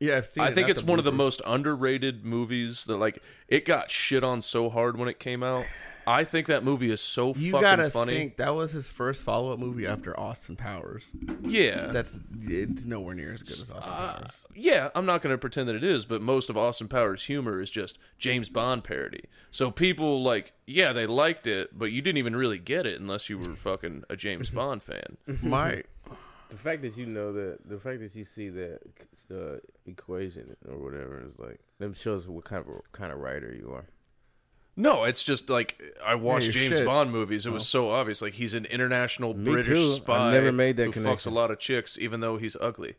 Speaker 3: Yeah, I've seen.
Speaker 2: I
Speaker 3: it.
Speaker 2: think
Speaker 3: That's
Speaker 2: it's
Speaker 3: a
Speaker 2: one of the
Speaker 3: bloopers.
Speaker 2: most underrated movies that, like, it got shit on so hard when it came out. I think that movie is so
Speaker 3: You
Speaker 2: fucking
Speaker 3: gotta
Speaker 2: funny.
Speaker 3: think that was his first follow-up movie after Austin Powers.
Speaker 2: yeah,
Speaker 3: That's it's nowhere near as good as Austin
Speaker 2: Uh,
Speaker 3: Powers.
Speaker 2: yeah. I'm not gonna pretend that it is, but most of Austin Powers' humor is just James Bond parody. So people like, yeah, they liked it, but you didn't even really get it unless you were fucking a James Bond fan.
Speaker 3: My
Speaker 1: The fact that you know that, the fact that you see that uh, equation or whatever is like, them shows what kind of kind of writer you are.
Speaker 2: No, it's just like I watched
Speaker 3: your
Speaker 2: James
Speaker 3: shit.
Speaker 2: Bond movies. It was so obvious. Like he's an international
Speaker 1: Oh. Me
Speaker 2: British
Speaker 1: too. I
Speaker 2: spy.
Speaker 1: never made that
Speaker 2: who fucks a
Speaker 1: connection.
Speaker 2: lot of chicks, even though he's ugly.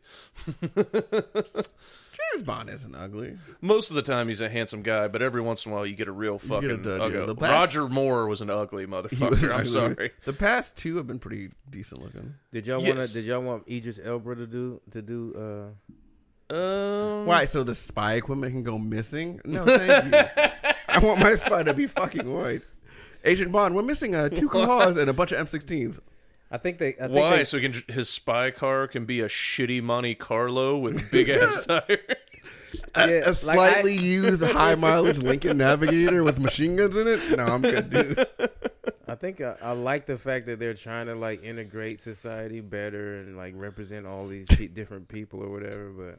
Speaker 3: James Bond isn't ugly.
Speaker 2: Most of the time, he's a handsome guy, but every once in a while, you get a real fucking
Speaker 3: dud,
Speaker 2: uggo.
Speaker 3: yeah. The last-
Speaker 2: Roger Moore was an ugly motherfucker.
Speaker 3: was
Speaker 2: I'm
Speaker 3: ugly.
Speaker 2: sorry.
Speaker 3: The past two have been pretty decent looking.
Speaker 1: Did y'all want
Speaker 2: Yes.
Speaker 1: to? Did y'all want Idris Elba to do to do? Uh,
Speaker 2: Um,
Speaker 3: Why? So the spy equipment can go missing? No, thank you. I want my spy to be fucking white. Agent Bond, we're missing uh, two claws and a bunch of M16s.
Speaker 1: I think they. I think
Speaker 2: Why?
Speaker 1: They,
Speaker 2: So he can, his spy car can be a shitty Monte Carlo with big ass tires.
Speaker 1: yeah,
Speaker 3: A
Speaker 1: like,
Speaker 3: slightly
Speaker 1: I-
Speaker 3: used high mileage Lincoln Navigator with machine guns in it? No, I'm good, dude.
Speaker 1: I, think uh, I, I like the fact that they're trying to like integrate society better and like represent all these pe- different people or whatever. But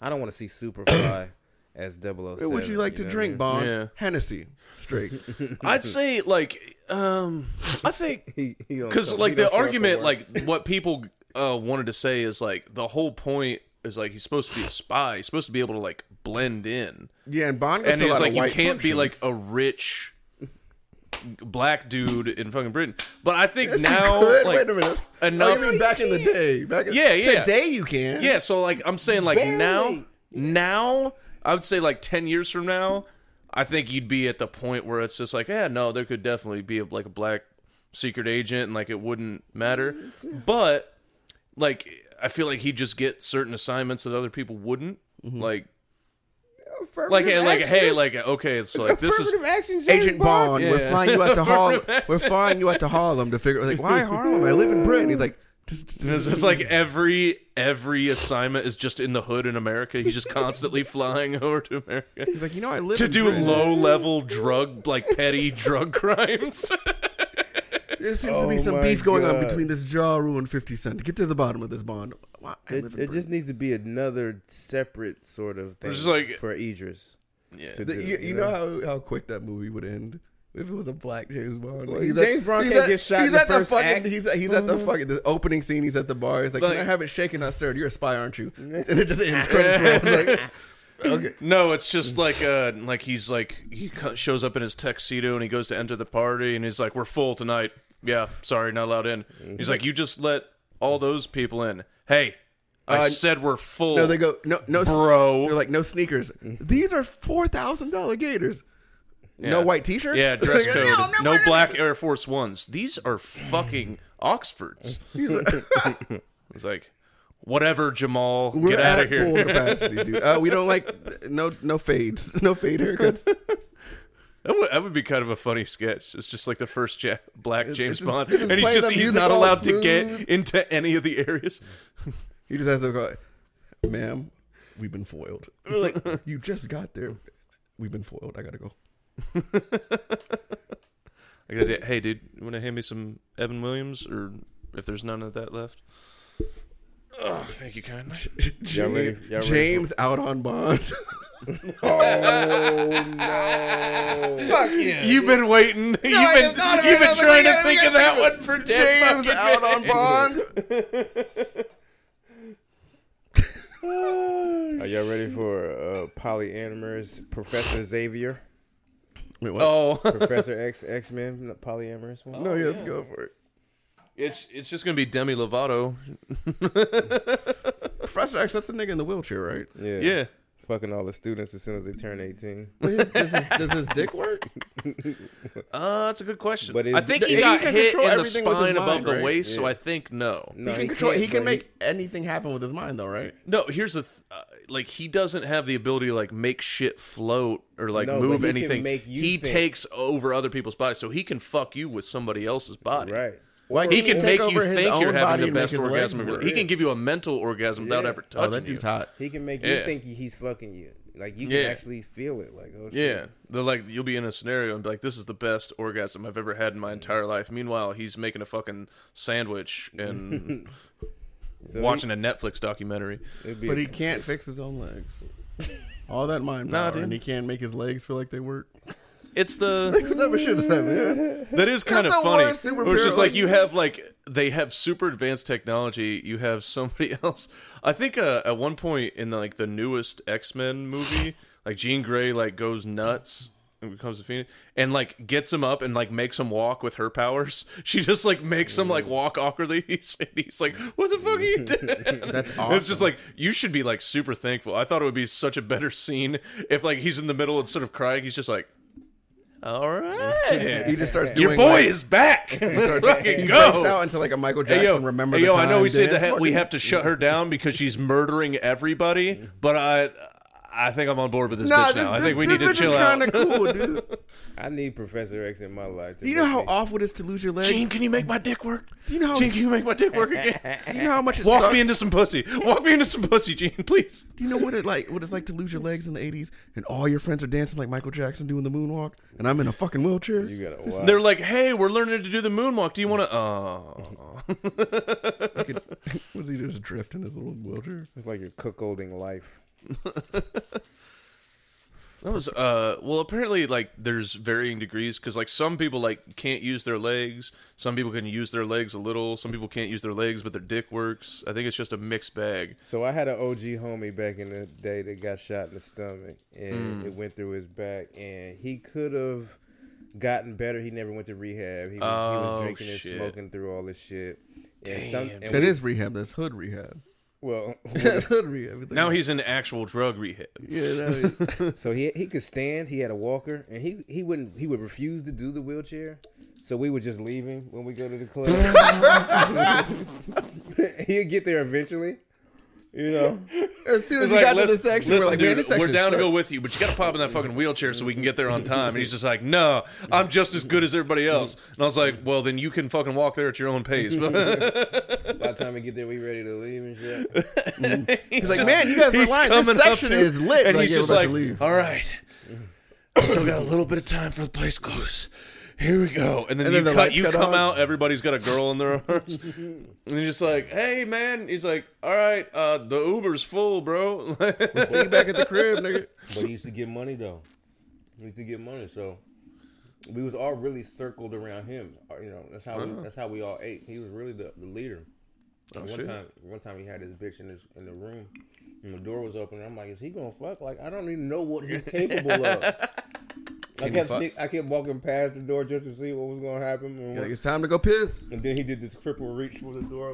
Speaker 1: I don't want to see Superfly as 007.
Speaker 3: What would you like to
Speaker 1: know what I
Speaker 3: drink,
Speaker 1: mean?
Speaker 3: Bond?
Speaker 2: Yeah.
Speaker 3: Hennessy, straight.
Speaker 2: I'd say like um, I think
Speaker 1: He- he don't
Speaker 2: because
Speaker 1: come- he don't
Speaker 2: like the
Speaker 1: show up to
Speaker 2: argument
Speaker 1: work.
Speaker 2: like what people uh wanted to say is like the whole point is like he's supposed to be a spy he's supposed to be able to like blend in
Speaker 3: Yeah, and Bond goes
Speaker 2: and
Speaker 3: to a
Speaker 2: he's
Speaker 3: lot
Speaker 2: like
Speaker 3: of
Speaker 2: you
Speaker 3: white
Speaker 2: can't be like oh, a
Speaker 3: functions.
Speaker 2: rich black dude in fucking britain but i think
Speaker 3: That's
Speaker 2: now
Speaker 3: good.
Speaker 2: like,
Speaker 3: Wait a minute.
Speaker 2: enough-
Speaker 3: Oh, you mean back in the day? Back in,
Speaker 2: Yeah, yeah.
Speaker 3: Today you can.
Speaker 2: yeah so like i'm saying like now
Speaker 1: Barely.
Speaker 2: now i would say like 10 years from now i think you'd be at the point where it's just like yeah no there could definitely be a, like a black secret agent and like it wouldn't matter but like i feel like he'd just get certain assignments that other people wouldn't
Speaker 3: Mm-hmm.
Speaker 2: like like hey, like hey like okay it's like this is
Speaker 1: Affirmative action, James
Speaker 3: Agent Bond,
Speaker 2: Yeah.
Speaker 3: we're flying you out to Harlem. we're flying you out to Harlem to figure. Like, why Harlem? I live in Britain. He's like, just, just-
Speaker 2: It's just like every every assignment is just in the hood in America. He's just constantly flying over to America
Speaker 3: he's like, you know, I live
Speaker 2: to
Speaker 3: in
Speaker 2: do
Speaker 3: Britain.
Speaker 2: low level drug like petty drug crimes.
Speaker 3: There seems to be
Speaker 1: Oh
Speaker 3: some
Speaker 1: my
Speaker 3: beef going on
Speaker 1: God.
Speaker 3: between this jaw rule and Fifty Cent. Get to the bottom of this, Bond. Why I live
Speaker 1: It,
Speaker 3: in
Speaker 1: it
Speaker 3: Britain.
Speaker 1: just needs to be another separate sort of thing
Speaker 2: just like-
Speaker 1: for Idris.
Speaker 2: Yeah.
Speaker 1: to
Speaker 3: The-
Speaker 1: do,
Speaker 3: you, you know how, how quick that movie would end if it was a black James Bond.
Speaker 1: Well,
Speaker 3: He's
Speaker 1: James
Speaker 3: at-
Speaker 1: Bond
Speaker 3: he's
Speaker 1: can't
Speaker 3: at-
Speaker 1: get shot
Speaker 3: He's
Speaker 1: in the
Speaker 3: at the
Speaker 1: first
Speaker 3: fucking.
Speaker 1: act. Mm-hmm.
Speaker 3: He's at, he's at the fucking. The opening scene. He's at the bar. He's like,
Speaker 2: Like-
Speaker 3: can I have it shaken, not stirred? You're a spy, aren't you? And it just ends credits roll. It's like, okay.
Speaker 2: No, it's just like uh like he's like he co- shows up in his tuxedo and he goes to enter the party and he's like we're full tonight. Yeah, sorry, not allowed in. He's like you just let all those people in. Hey, I
Speaker 3: Uh,
Speaker 2: said we're full.
Speaker 3: No, they go no no s-
Speaker 2: Bro.
Speaker 3: They're like no sneakers. These are four thousand dollar gators. No
Speaker 2: Yeah.
Speaker 3: white t-shirts.
Speaker 2: Yeah, dress
Speaker 3: Like,
Speaker 2: code.
Speaker 3: "No, I'm not
Speaker 2: no
Speaker 3: wearing
Speaker 2: black Air Force Ones. These are fucking Oxfords. it's like, whatever, Jamal,
Speaker 3: We're
Speaker 2: get
Speaker 3: at
Speaker 2: out of here.
Speaker 3: full capacity, dude. Uh, we don't like no no fades, no fade haircuts.
Speaker 2: That would, that would be kind of a funny sketch. It's just like the first ja- black James
Speaker 3: just-
Speaker 2: Bond,
Speaker 3: it's just
Speaker 2: and he's
Speaker 3: playing
Speaker 2: just
Speaker 3: that
Speaker 2: he's
Speaker 3: music
Speaker 2: not
Speaker 3: all
Speaker 2: allowed to
Speaker 3: smooth.
Speaker 2: get into any of the areas.
Speaker 3: He just has to go, ma'am. We've been foiled. We're like you just got there. We've been foiled. I gotta go.
Speaker 2: I gotta, hey, dude, you want to hand me some Evan Williams, or if there's none of that left? Oh, thank you kindly.
Speaker 1: Y'all ready- y'all ready for-
Speaker 3: James out on bond.
Speaker 1: Oh no!
Speaker 3: Fuck yeah.
Speaker 2: You've been waiting. you've
Speaker 3: I
Speaker 2: been
Speaker 3: just thought of it.
Speaker 2: you've
Speaker 3: I
Speaker 2: been
Speaker 3: was like,
Speaker 2: trying
Speaker 3: I
Speaker 2: to
Speaker 3: gotta
Speaker 2: think
Speaker 3: think
Speaker 2: of that
Speaker 3: of
Speaker 2: one for ten fucking
Speaker 3: James out on
Speaker 2: minutes.
Speaker 3: bond.
Speaker 1: Are y'all ready for uh, polyamorous Professor Xavier,
Speaker 3: Wait, what?
Speaker 2: Oh.
Speaker 1: Professor X X Men, the polyamorous one?
Speaker 3: no, yeah, let's go for it.
Speaker 2: It's it's just gonna be Demi Lovato.
Speaker 3: Professor X, that's the nigga in the wheelchair, right?
Speaker 1: Yeah.
Speaker 2: Yeah.
Speaker 1: Fucking all the students as soon as they turn eighteen.
Speaker 3: Does his, does his dick work?
Speaker 2: Uh, that's a good question.
Speaker 1: But is-
Speaker 2: I think he
Speaker 3: He
Speaker 2: got
Speaker 3: can
Speaker 2: hit
Speaker 3: control
Speaker 2: in the
Speaker 3: everything with his
Speaker 2: spine above
Speaker 3: mind,
Speaker 2: the
Speaker 3: right?
Speaker 2: waist, so
Speaker 1: Yeah.
Speaker 2: I think no.
Speaker 1: No,
Speaker 3: he can control.
Speaker 1: can't,
Speaker 3: He can
Speaker 1: but he-
Speaker 3: make anything happen with his mind, though, right?
Speaker 2: No, here's the th- uh, like he doesn't have the ability to like make shit float or like
Speaker 1: No, but
Speaker 2: move
Speaker 1: he can
Speaker 2: anything.
Speaker 1: make you
Speaker 2: he
Speaker 1: think.
Speaker 2: takes over other people's bodies, so he can fuck you with somebody else's body.
Speaker 1: right.
Speaker 3: Why
Speaker 2: He
Speaker 3: can't
Speaker 2: can
Speaker 3: take
Speaker 2: make you
Speaker 3: over his
Speaker 2: think
Speaker 3: own
Speaker 2: you're
Speaker 3: body
Speaker 2: having the
Speaker 3: and make
Speaker 2: best
Speaker 3: his
Speaker 2: orgasm.
Speaker 3: legs
Speaker 2: ever-
Speaker 3: work?
Speaker 2: He can give you a mental orgasm without
Speaker 1: Yeah.
Speaker 2: ever
Speaker 3: Oh,
Speaker 2: touching
Speaker 3: that dude's
Speaker 2: you.
Speaker 3: hot.
Speaker 1: He can make you
Speaker 2: Yeah.
Speaker 1: think he's fucking you. Like you can
Speaker 2: Yeah.
Speaker 1: actually feel it. Like oh shit.
Speaker 2: Yeah, they're like you'll be in a scenario and be like, "This is the best orgasm I've ever had in my entire life." Meanwhile, he's making a fucking sandwich and
Speaker 1: So
Speaker 2: watching a Netflix documentary.
Speaker 1: He, it'd be
Speaker 3: But he can't fix his own legs. All that mind
Speaker 2: Nah,
Speaker 3: power,
Speaker 2: dude.
Speaker 3: and he can't make his legs feel like they work.
Speaker 2: It's the
Speaker 3: What type of shit is that, man?
Speaker 2: That is kind
Speaker 3: the
Speaker 2: of funny.
Speaker 3: worst superpower,
Speaker 2: It was just like
Speaker 3: like-
Speaker 2: you have like they have super advanced technology. You have somebody else. I think uh, at one point in like the newest X Men movie, like Jean Grey like goes nuts and becomes a phoenix and like gets him up and like makes him walk with her powers. She just like makes him like walk awkwardly. He's he's like, "What the fuck are you doing?"
Speaker 3: That's
Speaker 2: It's just like you should be like super thankful. I thought it would be such a better scene if like he's in the middle instead of crying, he's just like, "All right."
Speaker 3: He just starts doing.
Speaker 2: Your boy
Speaker 3: like,
Speaker 2: is back. Let's fucking
Speaker 3: He
Speaker 2: go.
Speaker 3: breaks out into like a Michael Jackson.
Speaker 2: Hey yo,
Speaker 3: remember
Speaker 2: hey,
Speaker 3: the
Speaker 2: yo
Speaker 3: time
Speaker 2: I know we said
Speaker 3: dance.
Speaker 2: that we
Speaker 3: Fucking- Mm-hmm.
Speaker 2: have to shut her down because she's murdering everybody, but I, I think I'm on board with this
Speaker 3: Nah,
Speaker 2: bitch
Speaker 3: this,
Speaker 2: now. I
Speaker 3: this-
Speaker 2: think we
Speaker 3: this
Speaker 2: need to
Speaker 3: bitch is
Speaker 2: chill out.
Speaker 3: kinda cool, dude.
Speaker 1: I need Professor X in my life. to
Speaker 3: Do you know
Speaker 1: make
Speaker 3: how
Speaker 1: me-
Speaker 3: awful it is to lose your legs?
Speaker 2: Gene, can you make my dick work?
Speaker 3: you know how-
Speaker 2: Gene, can you make my dick work again?
Speaker 3: Do you know how much it
Speaker 2: Walk
Speaker 3: sucks?
Speaker 2: me into some pussy. Walk me into some pussy, Gene, please.
Speaker 3: Do you know what it like? What it's like to lose your legs in the '80s, and all your friends are dancing like Michael Jackson doing the moonwalk, and I'm in a fucking wheelchair.
Speaker 1: You gotta watch.
Speaker 2: They're like, hey, we're learning to do the moonwalk. Do you want to? Oh,
Speaker 3: I could, was he just drift in his little wheelchair?
Speaker 1: It's like you're cuckolding life.
Speaker 2: That was uh well apparently like there's varying degrees because like some people like can't use their legs some people can use their legs a little some people can't use their legs but their dick works I think it's just a mixed bag
Speaker 1: So I had an OG homie back in the day that got shot in the stomach and
Speaker 2: Mm.
Speaker 1: it went through his back and he could have gotten better. He never went to rehab. He was, he was
Speaker 2: Oh,
Speaker 1: drinking
Speaker 2: shit.
Speaker 1: and smoking through all this shit. And
Speaker 2: Damn.
Speaker 1: and
Speaker 3: That
Speaker 1: we-
Speaker 3: is rehab. That's hood rehab.
Speaker 1: well.
Speaker 3: That's hood rehab.
Speaker 2: now he's in actual drug rehab
Speaker 3: Yeah, no, he-
Speaker 1: so he he could stand. He had a walker and he he wouldn't he would refuse to do the wheelchair. So we would just leave him when we go to the club. He'd get there eventually. You know,
Speaker 3: as soon
Speaker 2: It's
Speaker 3: as you
Speaker 2: like,
Speaker 3: got to
Speaker 2: listen-
Speaker 3: this section,
Speaker 2: listen,
Speaker 3: we're like, man,
Speaker 2: dude,
Speaker 3: this
Speaker 2: we're
Speaker 3: section
Speaker 2: down to
Speaker 3: sucks.
Speaker 2: go with you, but you got to pop in that fucking wheelchair so we can get there on time. And he's just like, no, I'm just as good as everybody else. And I was like, well, then you can fucking walk there at your own pace.
Speaker 1: by the time we get there, we ready to leave and shit.
Speaker 3: He's like, man, you guys were
Speaker 2: He's
Speaker 3: lying. This
Speaker 2: coming up
Speaker 3: section
Speaker 2: to-
Speaker 3: is lit.
Speaker 2: And
Speaker 3: Like,
Speaker 2: he's
Speaker 3: yeah, we're
Speaker 2: just
Speaker 3: about
Speaker 2: like,
Speaker 3: to leave.
Speaker 2: all right, I still got a little bit of time for the place close. Here we go. And then,
Speaker 3: And
Speaker 2: you,
Speaker 3: then the
Speaker 2: cut,
Speaker 3: lights
Speaker 2: you
Speaker 3: cut
Speaker 2: come
Speaker 3: on.
Speaker 2: out, everybody's got a girl in their arms. and you're just like, hey, man. He's like, all right, uh, the Uber's full, bro.
Speaker 3: see you back at the crib, nigga.
Speaker 1: But he used to get money though. He used to get money, so we was all really circled around him. Uh, You know, that's how we that's how we all ate. He was really the, the leader.
Speaker 3: Oh,
Speaker 1: One
Speaker 2: Oh, shit.
Speaker 1: time, one time he had his bitch in his in the room, and the door was open. And I'm like, is he gonna fuck? Like, I don't even know what he's capable of. I kept
Speaker 3: fuck?
Speaker 1: sneak, I kept walking past the door just to see what was gonna happen. And,
Speaker 3: Like, it's time to go piss.
Speaker 1: and then he did this cripple reach for the door,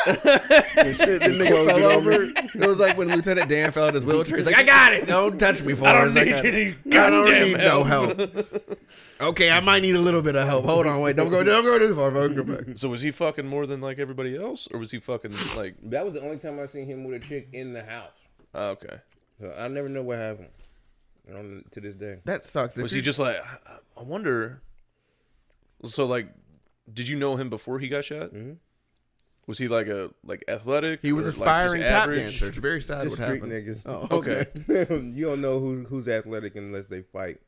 Speaker 1: like
Speaker 3: Shit, the nigga
Speaker 1: closed
Speaker 3: fell
Speaker 1: it over.
Speaker 3: over. It was like when Lieutenant Dan fell out his wheelchair. He's like, I got it. Don't touch me, for
Speaker 2: I don't
Speaker 3: I
Speaker 2: need
Speaker 3: got it.
Speaker 2: any
Speaker 3: I don't
Speaker 2: goddamn
Speaker 3: need no help. Okay, I might need a little bit of help. Hold on, wait. Don't go. Don't go too far. Don't go back.
Speaker 2: So was he fucking more than like everybody else, or was he fucking like
Speaker 1: that was the only time I seen him with a chick in the house.
Speaker 2: oh, okay?
Speaker 1: So I never know what happened. I don't to this day.
Speaker 3: That sucks. If
Speaker 2: Was he
Speaker 3: you-
Speaker 2: just like I- I wonder? So like, did you know him before he got shot? Was he like a like athletic?
Speaker 3: Mm-hmm. He was
Speaker 2: or, like, just
Speaker 3: aspiring tap
Speaker 2: average?
Speaker 3: dancer. It's very sad
Speaker 1: Just
Speaker 3: what
Speaker 1: street
Speaker 3: happened.
Speaker 1: niggas.
Speaker 3: Oh,
Speaker 2: Okay.
Speaker 3: okay.
Speaker 1: you don't know who, who's athletic unless they fight.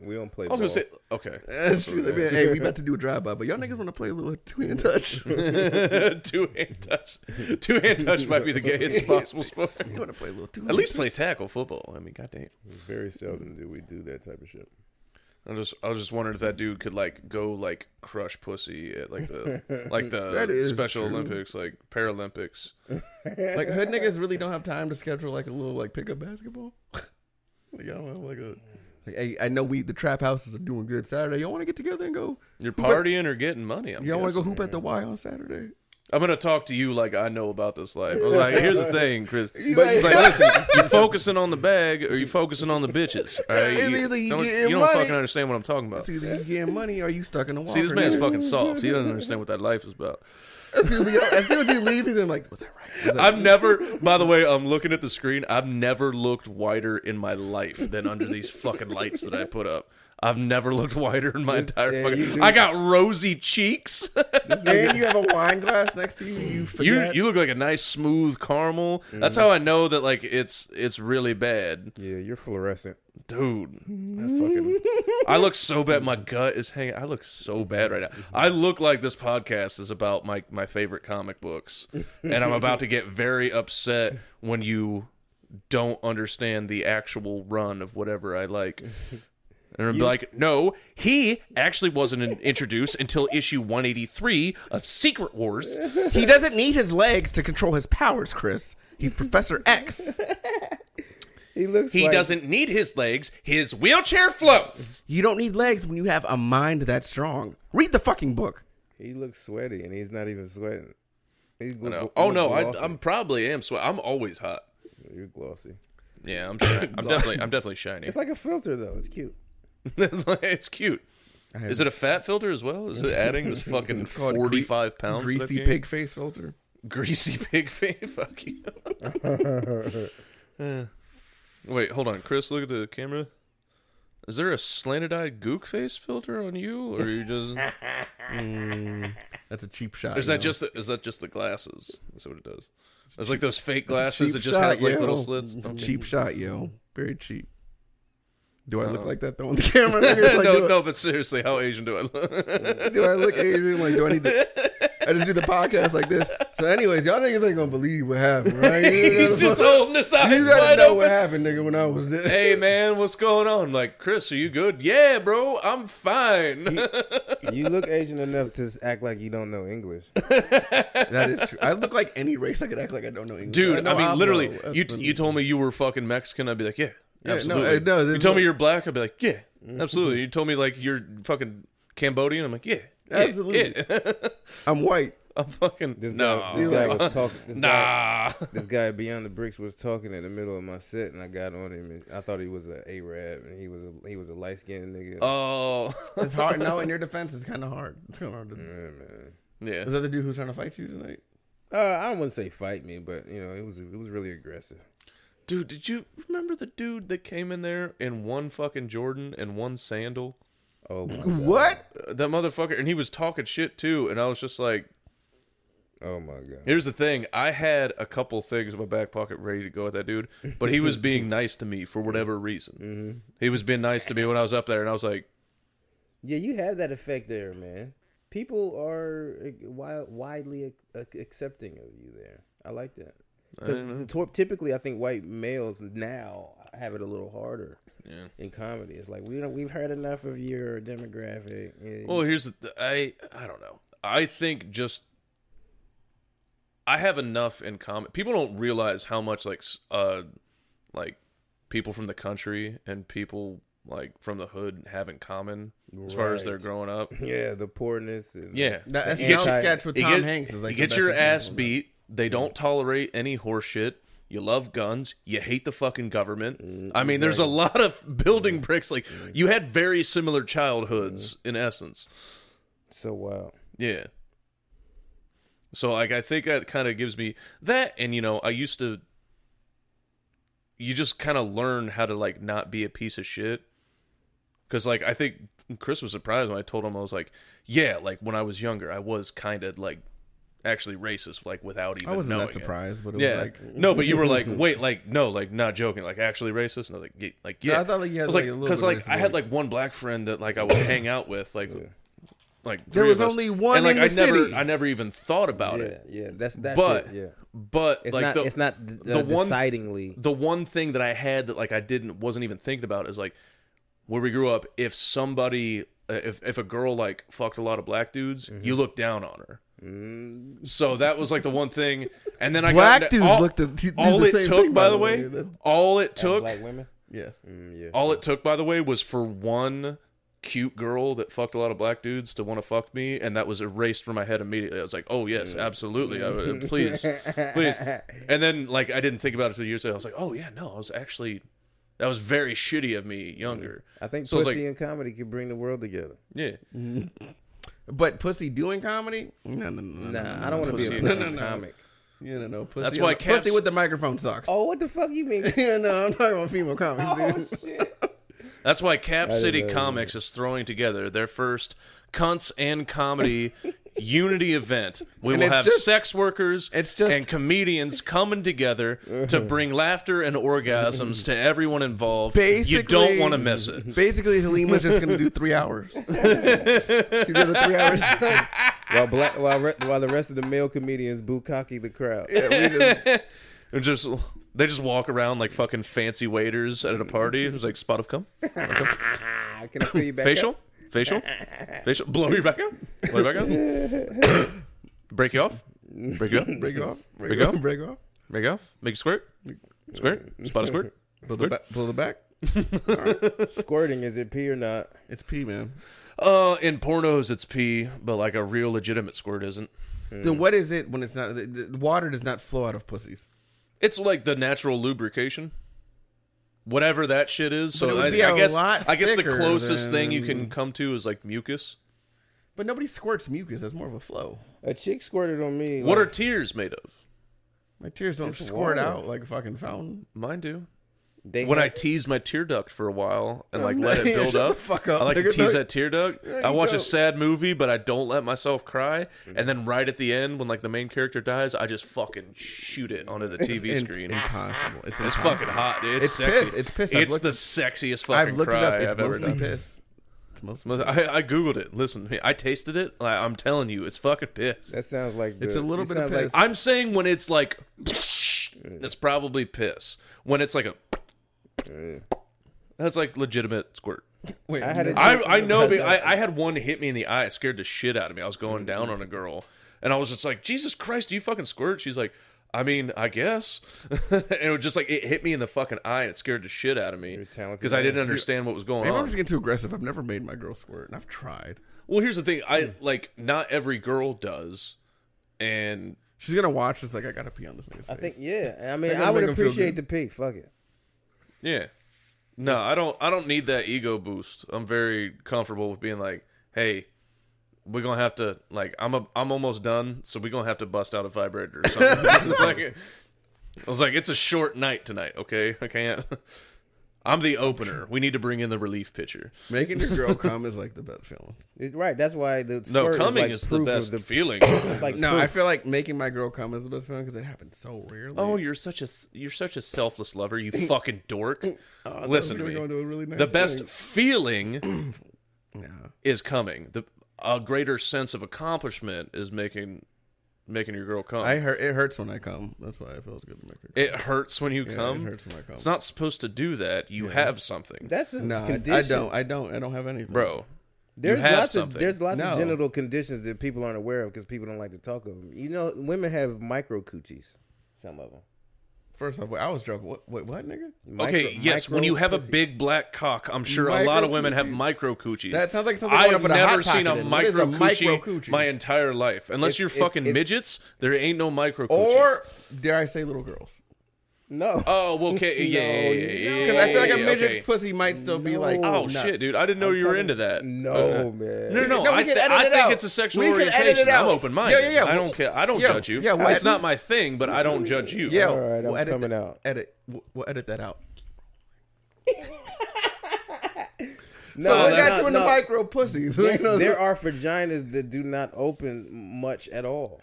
Speaker 1: We don't play.
Speaker 2: I was
Speaker 1: ball.
Speaker 2: gonna say okay.
Speaker 3: That's true. They be like, hey, we about to do a drive by, but y'all niggas want to play a little two hand touch. you
Speaker 2: two hand touch. Two hand touch might be the gayest possible sport.
Speaker 3: want to play a little two?
Speaker 2: At least play tackle football. I mean, goddamn.
Speaker 1: very seldom do we do that type of shit.
Speaker 2: I just I was just wondering if that dude could like go like crush pussy at like the like
Speaker 3: That
Speaker 2: the
Speaker 3: is
Speaker 2: Special
Speaker 3: true.
Speaker 2: Olympics, like Paralympics.
Speaker 3: like hood niggas really don't have time to schedule like a little like pickup basketball. like y'all don't have like a. Like, hey, I know we the trap houses are doing good Saturday. Y'all want to get together and go?
Speaker 2: You're
Speaker 3: Hoop at-
Speaker 2: partying or getting money. I'm
Speaker 3: Y'all want to
Speaker 2: guessing.
Speaker 3: go hoop at the Y on Saturday?
Speaker 2: I'm gonna talk to you like I know about this life. I was like, here's the thing, Chris.
Speaker 3: You
Speaker 2: But he's
Speaker 3: like-
Speaker 2: like, listen, you focusing on the bag or you focusing on the bitches? All right,
Speaker 3: It's
Speaker 2: you,
Speaker 3: either you
Speaker 2: don't,
Speaker 3: getting
Speaker 2: you don't
Speaker 3: money-
Speaker 2: fucking understand what I'm talking about.
Speaker 3: It's either you getting money or you stuck in a walker.
Speaker 2: See, this man's
Speaker 3: dude.
Speaker 2: fucking soft. He doesn't understand what that life is about.
Speaker 3: As soon as, you, as soon as you leave, he's gonna be like, was that right? Was that
Speaker 2: I've never, by the way, I'm looking at the screen. I've never looked whiter in my life than under these fucking lights that I put up. I've never looked whiter in my entire
Speaker 1: yeah, you
Speaker 2: fucking.
Speaker 1: do.
Speaker 2: I got rosy cheeks.
Speaker 3: and you have a wine glass next to you. You
Speaker 2: you
Speaker 3: forget.
Speaker 2: you look like a nice smooth caramel. That's how I know that like it's it's really bad,
Speaker 1: Yeah, you're fluorescent.
Speaker 2: dude. I fucking I look so bad. My gut is hanging. I look so bad right now. I look like this podcast is about my my favorite comic books, and I'm about to get very upset when you don't understand the actual run of whatever I like. And I'd be like, no, he actually wasn't in- introduced until issue 183 of Secret Wars.
Speaker 3: he doesn't need his legs to control his powers, Chris. He's Professor X.
Speaker 1: He looks.
Speaker 2: He
Speaker 1: like-
Speaker 2: doesn't need his legs. His wheelchair floats.
Speaker 3: You don't need legs when you have a mind that strong. Read the fucking book.
Speaker 1: He looks sweaty, and he's not even sweating. He
Speaker 2: You
Speaker 1: look-
Speaker 2: know?
Speaker 1: he
Speaker 2: Oh
Speaker 1: look
Speaker 2: no,
Speaker 1: glossy.
Speaker 2: I, I'm probably am sweat. I'm always hot.
Speaker 1: You're glossy.
Speaker 2: Yeah, I'm. Shi- I'm definitely. I'm definitely shiny.
Speaker 1: It's like a filter, though. It's cute.
Speaker 2: it's cute.
Speaker 1: have-
Speaker 2: Is it a fat filter as well? Is it adding this fucking
Speaker 3: called gre-
Speaker 2: forty-five pounds? that I've
Speaker 3: Greasy
Speaker 2: gained?
Speaker 3: pig face filter.
Speaker 2: Greasy pig fan. Fuck you. Uh, wait, hold on, Chris. Look at the camera. Is there a slanted-eyed gook face filter on you, or are you just?
Speaker 3: That's a cheap shot.
Speaker 2: Is
Speaker 3: you
Speaker 2: that
Speaker 3: know?
Speaker 2: just the, is that just the glasses? That's what it does. It's like those fake
Speaker 3: cheap
Speaker 2: glasses that just
Speaker 3: shot,
Speaker 2: has like
Speaker 3: yo.
Speaker 2: little slits.
Speaker 3: It's a
Speaker 2: Okay.
Speaker 3: cheap shot, yo? Very cheap. Do I look
Speaker 2: Oh.
Speaker 3: like that though on the camera? It's like,
Speaker 2: no,
Speaker 3: do, I-
Speaker 2: no, but seriously, how Asian do I look?
Speaker 3: do I look Asian? Like, do I need to? I just do the podcast like this. So, anyways, y'all niggas ain't gonna believe what happened, right?
Speaker 2: He's just holding his eyes
Speaker 3: you gotta
Speaker 2: wide
Speaker 3: know
Speaker 2: open.
Speaker 3: what happened, nigga, when I was there.
Speaker 2: Hey man, what's going on? Like, Chris, are you good? Yeah, bro, I'm fine.
Speaker 1: You look Asian enough to s- act like you don't know English.
Speaker 3: That is true. I look like any race. I could act like I don't know English.
Speaker 2: Dude,
Speaker 3: know
Speaker 2: I mean,
Speaker 3: I'm
Speaker 2: literally,
Speaker 3: low. That's
Speaker 2: you
Speaker 3: what-
Speaker 2: you told me you were fucking Mexican. I'd be like, yeah,
Speaker 3: no,
Speaker 2: absolutely.
Speaker 3: uh, no,
Speaker 2: you
Speaker 3: there's
Speaker 2: told
Speaker 3: no-
Speaker 2: me you're black. I'd be like, yeah, absolutely. you told me like you're fucking Cambodian. I'm like, yeah, yeah,
Speaker 3: Absolutely.
Speaker 2: Yeah.
Speaker 3: I'm white.
Speaker 2: I'm fucking
Speaker 1: This guy, this guy
Speaker 2: no,
Speaker 1: was talking. This guy,
Speaker 2: nah.
Speaker 1: this guy beyond the bricks was talking in the middle of my set, and I got on him. And I thought he was a Arab, and he was a he was a light skinned nigga.
Speaker 2: Oh,
Speaker 3: It's hard. No, in your defense, it's kind of hard. It's kind of hard.
Speaker 1: Yeah,
Speaker 3: To...
Speaker 1: man.
Speaker 2: yeah.
Speaker 3: Is that the dude who's trying to fight you tonight?
Speaker 1: Uh, I wouldn't say fight me, but you know it was it was really aggressive.
Speaker 2: Dude, did you remember the dude that came in there in one fucking Jordan and one sandal?
Speaker 1: Oh my god!
Speaker 3: What?
Speaker 2: Uh, That motherfucker, and he was talking shit too. And I was just like,
Speaker 1: Oh my god!
Speaker 2: here's the thing. I had a couple things in my back pocket ready to go at that dude, but he was being nice to me for whatever reason. He was being nice to me when I was up there, and I was like,
Speaker 1: Yeah, you have that effect there, man. People are uh, wi- widely ac- accepting of you there. I like that. 'Cause tor- typically, I think white males now have it a little harder
Speaker 2: Yeah.
Speaker 1: in comedy. It's like we don't, we've heard enough of your demographic. Yeah,
Speaker 2: Well, here's the th- I I don't know. I think just I have enough in common. People don't realize how much like s- uh like people from the country and people like from the hood have in common as far as
Speaker 1: Right.
Speaker 2: they're growing up.
Speaker 1: yeah, the poorness. And,
Speaker 2: Yeah.
Speaker 3: That
Speaker 2: You
Speaker 3: SNL
Speaker 2: get-
Speaker 3: sketch with
Speaker 2: you
Speaker 3: Tom
Speaker 2: get-
Speaker 3: Hanks is like
Speaker 2: you
Speaker 3: the
Speaker 2: get
Speaker 3: best
Speaker 2: your
Speaker 3: example
Speaker 2: ass
Speaker 3: of that.
Speaker 2: beat. They don't tolerate any horseshit. You love guns. You hate the fucking government. I mean, there's a lot of building bricks. Like you had very similar childhoods
Speaker 3: Mm-hmm.
Speaker 2: in essence.
Speaker 1: So wow.
Speaker 2: Yeah. So like I think that kind of gives me that and you know, I used to you just kind of learn how to like not be a piece of shit. Cuz like I think Chris was surprised when I told him I was like, yeah, like when I was younger, I was kind of like actually racist like without even
Speaker 3: I wasn't
Speaker 2: knowing
Speaker 3: that
Speaker 2: it.
Speaker 3: surprised, but it
Speaker 2: Yeah.
Speaker 3: was like. mm.
Speaker 2: no, but you were like, wait, like no, like not joking, like actually racist. And I was like, yeah, like yeah.
Speaker 3: I thought, like, you had,
Speaker 2: I was
Speaker 3: like, a little
Speaker 2: cause
Speaker 3: bit of
Speaker 2: like I had
Speaker 3: racism.
Speaker 2: like one black friend that like I would hang out with, like like three
Speaker 3: There was
Speaker 2: of us.
Speaker 3: only one
Speaker 2: And, like
Speaker 3: in
Speaker 2: I
Speaker 3: the
Speaker 2: never,
Speaker 3: city.
Speaker 2: I never even thought about
Speaker 1: Yeah,
Speaker 2: it.
Speaker 1: yeah. That's that's
Speaker 2: But
Speaker 1: it, yeah.
Speaker 2: but
Speaker 1: It's
Speaker 2: like
Speaker 1: not
Speaker 2: the,
Speaker 1: it's not d-
Speaker 2: the
Speaker 1: uh,
Speaker 2: one-
Speaker 1: decidingly.
Speaker 2: the one thing that I had that like I didn't wasn't even thinking about is like where we grew up. If somebody, uh, if if a girl like fucked a lot of black dudes,
Speaker 3: Mm-hmm.
Speaker 2: you look down on her.
Speaker 1: mm,
Speaker 2: So that was like the one thing, and then I
Speaker 3: Black
Speaker 2: got,
Speaker 3: dudes
Speaker 2: all,
Speaker 3: looked at- do the
Speaker 2: all it
Speaker 3: same
Speaker 2: took.
Speaker 3: thing,
Speaker 2: by the way,
Speaker 3: That-
Speaker 2: all it took Oh,
Speaker 1: Black women.
Speaker 3: yeah.
Speaker 1: Mm, yeah.
Speaker 2: all it took, by the way, was for one cute girl that fucked a lot of black dudes to want to fuck me, and that was erased from my head immediately. I was like, oh yes, absolutely, I would, please, please. And then like I didn't think about it for years. later. I was like, oh yeah, no, I was actually that was very shitty of me younger.
Speaker 1: I think
Speaker 2: So it's
Speaker 1: pussy
Speaker 2: like-
Speaker 1: and comedy can bring the world together.
Speaker 2: Yeah,
Speaker 3: But pussy doing comedy? No, no, no, no.
Speaker 1: Nah, I don't want to be a
Speaker 2: pussy.
Speaker 1: Mm, pussy comic.
Speaker 3: Yeah, no, no. Pussy
Speaker 2: That's why
Speaker 3: pussy
Speaker 2: cats-
Speaker 3: with the microphone sucks.
Speaker 1: Oh, what the fuck you mean?
Speaker 3: yeah, no, I'm talking about female comedy, dude.
Speaker 2: That's why Cap City
Speaker 1: know.
Speaker 2: Comics is throwing together their first cunts and comedy unity event. We will
Speaker 3: it's
Speaker 2: have
Speaker 3: just-
Speaker 2: sex workers
Speaker 3: it's just-
Speaker 2: and comedians coming together to bring laughter and orgasms to everyone involved. you don't
Speaker 3: Basically-
Speaker 2: want to miss it.
Speaker 3: Basically, Halima's just gonna do three hours. She's gonna three hours.
Speaker 1: while black, while re- while the rest of the male comedians bukkake the crowd.
Speaker 2: They're just they just walk around like fucking fancy waiters at a party. It's like spot of cum,
Speaker 1: Ah, Can I see you back?
Speaker 2: facial,
Speaker 1: up?
Speaker 2: facial, facial. Blow your back up, blow your back up. Break you off, break you up,
Speaker 3: break off.
Speaker 2: Break
Speaker 3: Break
Speaker 2: off?
Speaker 3: off. Break off.
Speaker 2: break you off. Make a squirt, squirt, spot a squirt.
Speaker 3: Blow the, ba- blow the back.
Speaker 1: Squirting is it pee or not?
Speaker 3: It's pee, man.
Speaker 2: Uh, in pornos it's pee, but like a real legitimate squirt isn't.
Speaker 3: Then what is it when it's not? The, the water does not flow out of pussies.
Speaker 2: It's like the natural lubrication, whatever that shit is.
Speaker 3: But it
Speaker 2: So
Speaker 3: would
Speaker 2: I,
Speaker 3: be
Speaker 2: I
Speaker 3: a
Speaker 2: guess
Speaker 3: lot
Speaker 2: I guess the
Speaker 3: thicker
Speaker 2: closest thing you
Speaker 3: than-
Speaker 2: can come to is like mucus.
Speaker 3: But nobody squirts mucus. That's more of a flow.
Speaker 1: A chick squirted on me.
Speaker 2: What are
Speaker 1: like,
Speaker 2: tears made of?
Speaker 3: My tears don't
Speaker 1: Just
Speaker 3: squirt
Speaker 1: water.
Speaker 3: out like a fucking fountain.
Speaker 2: Mine do.
Speaker 1: they
Speaker 2: When I
Speaker 1: had-
Speaker 2: tease my tear duct for a while and like
Speaker 3: Oh,
Speaker 2: let it
Speaker 3: man,
Speaker 2: build
Speaker 3: shut
Speaker 2: up,
Speaker 3: the fuck up,
Speaker 2: I like to
Speaker 3: nigga.
Speaker 2: tease that tear duct.
Speaker 3: There
Speaker 2: I
Speaker 3: you Mm.
Speaker 2: watch
Speaker 3: go.
Speaker 2: a sad movie, but I don't let myself cry. And then right at the end, when like the main character dies, I just fucking shoot it onto the TV
Speaker 3: In-
Speaker 2: screen.
Speaker 3: Impossible. It's,
Speaker 2: It's
Speaker 3: impossible.
Speaker 2: fucking hot, dude. It's,
Speaker 3: It's
Speaker 2: sexy.
Speaker 3: piss. It's piss. I've
Speaker 2: It's
Speaker 3: looked
Speaker 2: the
Speaker 3: it-
Speaker 2: sexiest fucking
Speaker 3: I've looked
Speaker 2: cry
Speaker 3: it up. It's
Speaker 2: I've ever
Speaker 3: mostly
Speaker 2: done.
Speaker 3: piss. It's mostly.
Speaker 2: I, I googled it. Listen, I tasted it. I, I'm telling you, it's fucking piss.
Speaker 1: That sounds like
Speaker 3: It's
Speaker 1: the-
Speaker 3: a little
Speaker 1: it
Speaker 3: bit of
Speaker 1: sounds like
Speaker 3: piss.
Speaker 2: I'm saying when it's like, it's probably piss. When it's like a, that's like legitimate squirt.
Speaker 3: Wait,
Speaker 1: I had a-
Speaker 2: I I know. be- I, I had one hit me in the eye. It scared the shit out of me. I was going down on a girl, and I was just like, Jesus Christ, do you fucking squirt? She's like. I mean, I guess. and it was just like it hit me in the fucking eye and it scared the shit out of me.
Speaker 1: a talented
Speaker 2: Because I
Speaker 1: man.
Speaker 2: didn't understand what was going
Speaker 3: Maybe I'm
Speaker 2: on.
Speaker 3: just getting too aggressive. I've never made my girl squirt, and I've tried.
Speaker 2: Well, here's the thing. I like not every girl does, and
Speaker 3: She's gonna watch this. Like I gotta pee on this nigga's
Speaker 1: I think
Speaker 3: face.
Speaker 1: yeah. I mean,
Speaker 3: gonna
Speaker 1: I would
Speaker 3: make 'em feel
Speaker 1: appreciate the pee.
Speaker 3: good.
Speaker 1: Fuck it.
Speaker 2: yeah, no, I don't. I don't need that ego boost. I'm very comfortable with being like, hey, we're gonna have to like I'm a, I'm almost done, so we're gonna have to bust out a vibrator or something. It's like, I was like, it's a short night tonight. Okay, I can't. I'm the opener. We need to bring in the relief pitcher.
Speaker 3: making your girl come is like the best feeling.
Speaker 1: It's, right. That's why the
Speaker 2: No,
Speaker 1: squirt
Speaker 2: coming
Speaker 1: is, like
Speaker 2: is, the
Speaker 1: proof of
Speaker 2: best
Speaker 1: the-
Speaker 2: feeling.
Speaker 1: it's like
Speaker 3: No,
Speaker 1: proof.
Speaker 3: I feel like making my girl come is the best feeling because it happens so rarely.
Speaker 2: Oh, you're such a you're such a selfless lover, you fucking dork.
Speaker 3: Oh,
Speaker 2: Listen to
Speaker 3: we're
Speaker 2: me.
Speaker 3: gonna go into a really nice
Speaker 2: the best
Speaker 3: thing.
Speaker 2: feeling
Speaker 3: Yeah.
Speaker 2: is coming. The a greater sense of accomplishment is making making your girl come.
Speaker 3: I hurt. It hurts when I come. That's why it feels good to make her.
Speaker 2: it hurts when you
Speaker 3: Yeah,
Speaker 2: come.
Speaker 3: It hurts when I come.
Speaker 2: It's not supposed to do that. You have something,
Speaker 1: that's a
Speaker 3: No, I,
Speaker 1: condition.
Speaker 3: I don't. I don't. I don't have anything,
Speaker 2: bro.
Speaker 1: There's
Speaker 2: have
Speaker 1: lots
Speaker 2: something.
Speaker 1: of there's lots of
Speaker 3: No.
Speaker 1: genital conditions that people aren't aware of because people don't like to talk of them. You know, women have micro coochies. Some of them.
Speaker 3: First off, wait, I was joking. What? Wait, what, nigga?
Speaker 2: okay, yes. When you have a big black cock, I'm sure a lot of women have micro coochies.
Speaker 3: That sounds like something
Speaker 2: I
Speaker 3: going
Speaker 2: have
Speaker 3: up in a Hot
Speaker 2: never seen a
Speaker 3: Pocket in. What is
Speaker 2: micro
Speaker 3: a micro
Speaker 2: coochie
Speaker 3: coochie?
Speaker 2: my entire life, unless
Speaker 1: If-
Speaker 2: you're
Speaker 1: if-
Speaker 2: fucking
Speaker 1: if-
Speaker 2: midgets. There ain't no micro coochies.
Speaker 3: Or dare I say, little girls?
Speaker 1: no.
Speaker 2: oh, well, okay, yeah, yeah, yeah, yeah, yeah,
Speaker 3: Because I feel like a
Speaker 2: yeah,
Speaker 3: midget
Speaker 2: okay.
Speaker 3: pussy might still be
Speaker 1: No.
Speaker 3: like,
Speaker 2: Oh
Speaker 3: nut.
Speaker 2: shit, dude! I didn't know you were
Speaker 1: telling-
Speaker 2: into that.
Speaker 1: No,
Speaker 2: Uh,
Speaker 1: man.
Speaker 2: No, no, no.
Speaker 3: No, we
Speaker 2: I,
Speaker 3: can
Speaker 2: th-
Speaker 3: edit
Speaker 2: I
Speaker 3: it
Speaker 2: think
Speaker 3: out.
Speaker 2: it's a sexual
Speaker 3: We can edit it
Speaker 2: orientation. I'm
Speaker 3: out.
Speaker 2: open minded.
Speaker 3: Yeah, yeah, yeah.
Speaker 2: I don't care. I don't
Speaker 3: Yeah,
Speaker 2: judge you.
Speaker 3: yeah, we'll
Speaker 2: it's
Speaker 3: edit-
Speaker 2: not my thing, but I don't judge you.
Speaker 3: Yeah,
Speaker 1: All right, I'm
Speaker 3: we'll edit
Speaker 1: coming
Speaker 3: that-
Speaker 1: out.
Speaker 3: Edit. We'll, we'll edit that out.
Speaker 1: No,
Speaker 3: so
Speaker 2: no,
Speaker 3: we got
Speaker 2: no,
Speaker 3: you in
Speaker 1: no.
Speaker 3: the micro pussies.
Speaker 1: There,
Speaker 3: you know,
Speaker 1: there are vaginas that do not open much at all.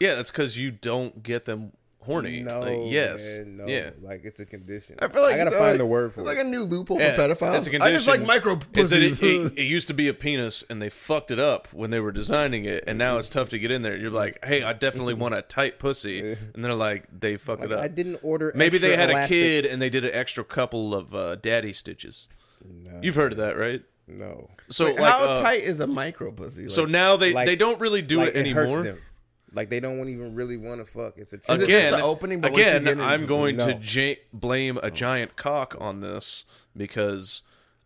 Speaker 2: yeah. That's because you don't get them horny.
Speaker 1: No,
Speaker 2: Like, yes,
Speaker 1: man, no.
Speaker 2: yeah.
Speaker 1: Like it's a condition.
Speaker 3: I feel like
Speaker 1: I gotta
Speaker 3: it's
Speaker 1: find
Speaker 3: like-
Speaker 1: the word for
Speaker 3: It's
Speaker 1: it.
Speaker 3: like a new loophole
Speaker 2: Yeah,
Speaker 3: for pedophiles.
Speaker 2: That's a condition.
Speaker 3: I just like micro
Speaker 2: Is that
Speaker 3: pussies.
Speaker 2: It, it, it used to be a penis, and they fucked it up when they were designing it, and now it's tough to get in there. You're like, hey, I definitely want a tight pussy, and they're like, they fucked it up.
Speaker 1: I didn't order.
Speaker 2: Maybe they
Speaker 1: extra
Speaker 2: had
Speaker 1: elastic.
Speaker 2: a kid and they did an extra couple of uh, daddy stitches. You've heard of that, right?
Speaker 1: No,
Speaker 2: So
Speaker 3: Wait,
Speaker 2: like,
Speaker 3: how
Speaker 2: uh,
Speaker 3: tight is a micro pussy? Like,
Speaker 2: so now they
Speaker 1: Like-
Speaker 2: they don't really do
Speaker 1: like,
Speaker 2: it anymore.
Speaker 1: It hurts them. Like they don't even really want to fuck. It's a
Speaker 3: Is it
Speaker 1: trigger.
Speaker 2: Again,
Speaker 3: just the opening, but once you
Speaker 2: again,
Speaker 3: get it, it's-
Speaker 2: I'm going to
Speaker 1: No.
Speaker 2: ja- blame a giant cock on this because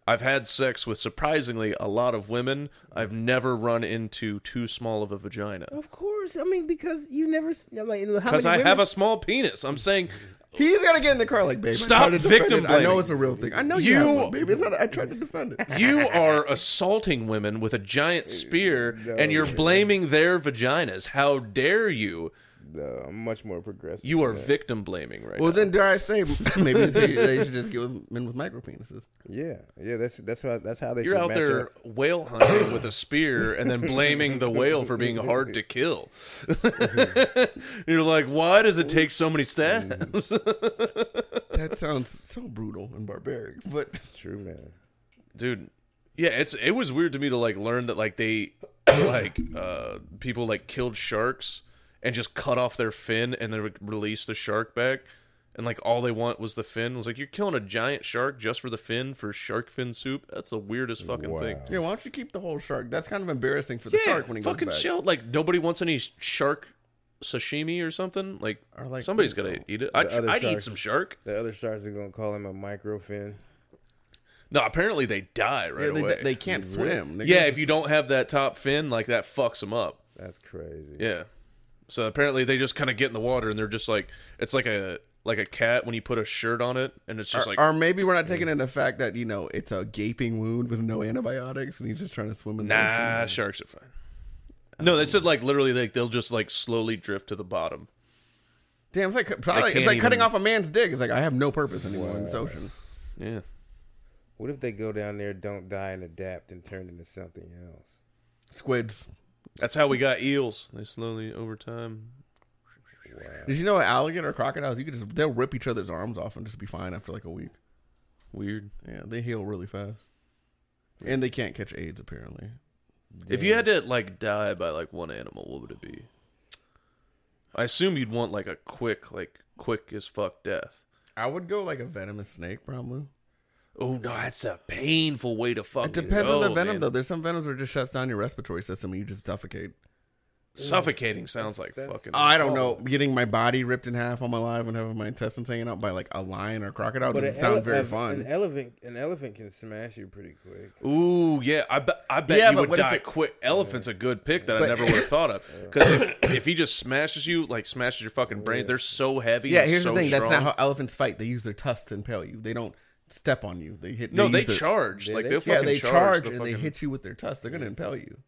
Speaker 2: I've had sex with surprisingly a lot of women. I've never run into too small of a vagina
Speaker 1: Of course. I mean, because you never. s- Like, how
Speaker 2: because
Speaker 1: many
Speaker 2: I
Speaker 1: women-
Speaker 2: have a small penis. I'm saying
Speaker 3: He's gotta get in the car like, baby.
Speaker 2: Stop victim
Speaker 3: I know
Speaker 2: blaming.
Speaker 3: it's a real thing. I know
Speaker 2: You-
Speaker 3: you, have one, baby. It's not, I tried to defend it.
Speaker 2: you are assaulting women with a giant spear and you're blaming their vaginas. How dare you?
Speaker 1: No, I'm much more progressive.
Speaker 2: You are
Speaker 1: than that.
Speaker 2: victim blaming right
Speaker 3: Well,
Speaker 2: now.
Speaker 3: then dare I say maybe they, they should just get with men with micro penises.
Speaker 1: Yeah, yeah. That's that's how that's how they.
Speaker 2: You're
Speaker 1: should
Speaker 2: out
Speaker 1: match
Speaker 2: there
Speaker 1: up.
Speaker 2: whale hunting with a spear and then blaming the whale for being hard to kill. You're like, why does it take so many stabs?
Speaker 3: That sounds so brutal and barbaric, but
Speaker 1: It's true, man.
Speaker 2: Dude, yeah, it's it was weird to me to like learn that like they like uh people like killed sharks and just cut off their fin and then re- released the shark back and like all they want was the fin. It was like you're killing a giant shark just for the fin for shark fin soup. That's the weirdest fucking thing.
Speaker 1: Wow.
Speaker 3: yeah, why don't you keep the whole shark? That's kind of embarrassing for the shark when he
Speaker 2: fucking
Speaker 3: goes back.
Speaker 2: chill. Like nobody wants any sh- shark sashimi or something. Like,
Speaker 3: Or, like,
Speaker 2: somebody's
Speaker 3: you know,
Speaker 2: gotta eat it. I'd,
Speaker 1: other
Speaker 2: I'd eat
Speaker 1: sharks.
Speaker 2: some shark.
Speaker 1: The other sharks are gonna call him a microfin.
Speaker 2: No, apparently they die right
Speaker 3: Yeah, they,
Speaker 2: away.
Speaker 3: they can't swim. They
Speaker 2: yeah,
Speaker 3: can't
Speaker 2: if you don't have that top fin, like that fucks them up.
Speaker 1: That's crazy.
Speaker 2: Yeah. So apparently they just kind of get in the water and they're just like it's like a like a cat when you put a shirt on it and it's just like mm.
Speaker 3: or maybe we're not taking in the fact that you know it's a gaping wound with no antibiotics, and he's just trying to swim in the ocean.
Speaker 2: nah sharks are fine. No, they said like literally like they'll just like slowly drift to the bottom.
Speaker 3: Damn, it's like probably,
Speaker 2: can't
Speaker 3: it's like cutting
Speaker 2: even-
Speaker 3: off a man's dick. It's like I have no purpose anymore in this ocean.
Speaker 2: Yeah.
Speaker 1: What if they go down there, don't die, and adapt and turn into something else?
Speaker 3: Squids.
Speaker 2: That's how we got eels. They slowly over time
Speaker 3: Did you know alligator or crocodiles? You could just they'll rip each other's arms off and just be fine after like a week.
Speaker 2: weird.
Speaker 3: Yeah, they heal really fast, and they can't catch AIDS apparently.
Speaker 2: If you had to like die by like one animal, what would it be? I assume you'd want like a quick, like quick as fuck death.
Speaker 3: I would go like a venomous snake probably.
Speaker 2: Oh no, that's a painful way to fuck.
Speaker 3: It depends on
Speaker 2: go,
Speaker 3: the venom
Speaker 2: Oh, man.
Speaker 3: though. There's some venoms where it just shuts down your respiratory system and you just suffocate.
Speaker 2: Suffocating sounds like
Speaker 1: That's- that's-
Speaker 2: fucking.
Speaker 3: I don't know. Getting my body ripped in half all my life and having my intestines hanging out by like a lion or a crocodile doesn't
Speaker 1: an
Speaker 3: sound
Speaker 1: ele-
Speaker 3: very
Speaker 1: a- An
Speaker 3: fun.
Speaker 1: elephant, an elephant can smash you pretty quick.
Speaker 2: Ooh yeah, I, be- I bet
Speaker 3: Yeah,
Speaker 2: you
Speaker 3: but
Speaker 2: would
Speaker 3: what if
Speaker 2: die
Speaker 3: it-
Speaker 2: quick. Elephant's a good pick that I
Speaker 3: But-
Speaker 2: never would have thought of. Because if, if he just smashes you, like smashes your fucking brain, they're so heavy.
Speaker 3: Yeah,
Speaker 2: and
Speaker 3: here's
Speaker 2: so
Speaker 3: the thing.
Speaker 2: Strong.
Speaker 3: That's not how elephants fight. They use their tusks to impale you. They don't step on you. They hit.
Speaker 2: no, they
Speaker 3: use their-
Speaker 2: charge.
Speaker 1: They-
Speaker 2: like
Speaker 1: they-
Speaker 2: they'll
Speaker 3: Yeah,
Speaker 2: fucking
Speaker 3: they
Speaker 2: charge,
Speaker 3: charge
Speaker 2: They'll
Speaker 3: and they
Speaker 2: fucking-
Speaker 3: hit you with their tusks. They're gonna impale you.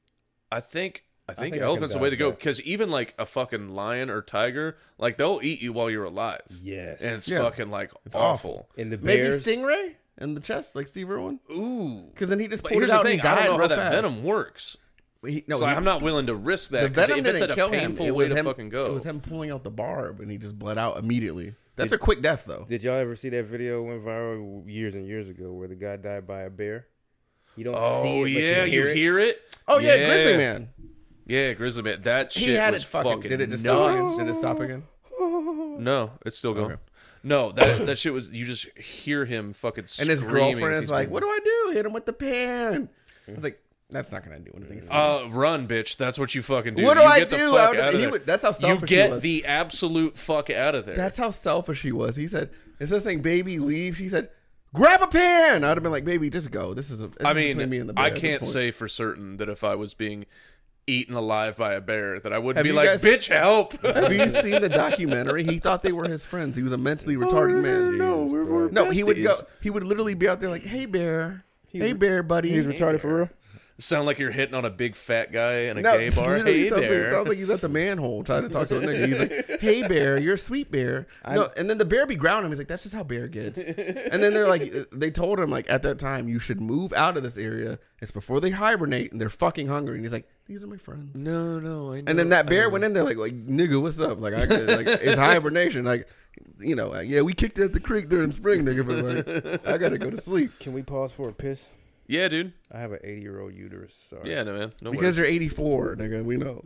Speaker 2: I think I think,
Speaker 1: think I
Speaker 2: elephant's the
Speaker 1: can
Speaker 2: way to
Speaker 1: dodge
Speaker 2: go
Speaker 1: that.
Speaker 2: because even like a fucking lion or tiger, like they'll eat you while you're alive.
Speaker 1: Yes.
Speaker 2: and it's
Speaker 3: Yeah.
Speaker 2: fucking like awful.
Speaker 1: In the
Speaker 3: Maybe
Speaker 1: bears,
Speaker 3: stingray in the chest, like Steve Irwin,
Speaker 2: Ooh,
Speaker 3: because then he just
Speaker 2: but
Speaker 3: pulled
Speaker 2: here's
Speaker 3: it
Speaker 2: the
Speaker 3: out and
Speaker 2: thing:
Speaker 3: he
Speaker 2: I
Speaker 3: died
Speaker 2: don't know how
Speaker 3: real
Speaker 2: that
Speaker 3: fast.
Speaker 2: venom works.
Speaker 3: He- no,
Speaker 2: so
Speaker 3: he-
Speaker 2: I'm not willing to risk that.
Speaker 3: the
Speaker 2: 'cause
Speaker 3: venom
Speaker 2: if it's
Speaker 3: didn't
Speaker 2: at a
Speaker 3: kill
Speaker 2: painful
Speaker 3: him. It
Speaker 2: way
Speaker 3: was
Speaker 2: to
Speaker 3: him,
Speaker 2: fucking go.
Speaker 3: It was him pulling out the barb and he just bled out immediately. That's a quick death though.
Speaker 1: did y'all ever see that video went viral years and years ago where the guy died by a bear? You don't see it,
Speaker 2: Oh
Speaker 1: but you
Speaker 2: yeah, you
Speaker 1: hear
Speaker 2: hear,
Speaker 1: it.
Speaker 2: it?
Speaker 3: Oh yeah,
Speaker 2: yeah.
Speaker 3: Grizzly Man.
Speaker 2: Yeah, grizzly man. That shit
Speaker 3: He had
Speaker 2: was
Speaker 3: it fucking. Did it just stop
Speaker 2: nuts.
Speaker 3: again? Did it stop again?
Speaker 2: No, it's still going. No, that that shit was. You just hear him fucking.
Speaker 3: And his
Speaker 2: screaming as
Speaker 3: girlfriend is
Speaker 2: he's
Speaker 3: like,
Speaker 2: being-
Speaker 3: "What do I do? Hit him with the pan." I was like, "That's not gonna do anything." It's fine."
Speaker 2: Uh, run, bitch. That's what you fucking do.
Speaker 3: What do
Speaker 2: You
Speaker 3: I
Speaker 2: get the
Speaker 3: do?
Speaker 2: fuck
Speaker 3: I would-
Speaker 2: out of
Speaker 3: he
Speaker 2: there.
Speaker 3: would- that's how
Speaker 2: You
Speaker 3: selfish he
Speaker 2: get
Speaker 3: was.
Speaker 2: the absolute fuck out of there.
Speaker 3: That's how selfish he was. He said, "Instead of saying baby leave," she said, "Grab a pan." I'd have been like, "Baby, just go. This is a, this
Speaker 2: I
Speaker 3: is
Speaker 2: mean,
Speaker 3: between me and the bear
Speaker 2: I
Speaker 3: at this
Speaker 2: can't
Speaker 3: point."
Speaker 2: say for certain that if I was being eaten alive by a bear, that I would
Speaker 3: Have
Speaker 2: be
Speaker 3: you
Speaker 2: like,
Speaker 3: guys-
Speaker 2: "Bitch, help!"
Speaker 3: Have you seen the documentary? He thought they were his friends. He was a
Speaker 2: Oh,
Speaker 3: mentally retarded man.
Speaker 1: no, we're- we're
Speaker 3: No, he would go. He would literally be out there like, "Hey bear, hey bear, buddy."
Speaker 1: He's retarded for real.
Speaker 2: Sound like you're hitting on a big fat guy in a
Speaker 3: No,
Speaker 2: gay bar.
Speaker 3: literally,
Speaker 2: Hey
Speaker 3: sounds like-
Speaker 2: there.
Speaker 3: sounds like he's at the manhole trying to talk to a nigga. He's like, "Hey bear, you're a sweet bear." no, and then the bear be grounding him. He's like, "That's just how bear gets." And then they're like, they told him like at that time you should move out of this area. It's before they hibernate and they're fucking hungry. And he's like, "These are my friends."
Speaker 2: no, no. I know.
Speaker 3: And then that bear went in there like, like nigga, what's up? Like, I could, like it's hibernation. Like, you know, like, yeah, we kicked it at the creek during spring, nigga, but like, I gotta go to sleep
Speaker 1: Can we pause for a piss?
Speaker 2: yeah, dude.
Speaker 1: I have an 80 year old uterus. Sorry.
Speaker 2: Yeah, no, man. No
Speaker 3: because
Speaker 2: worries.
Speaker 3: you're 84, nigga. We know.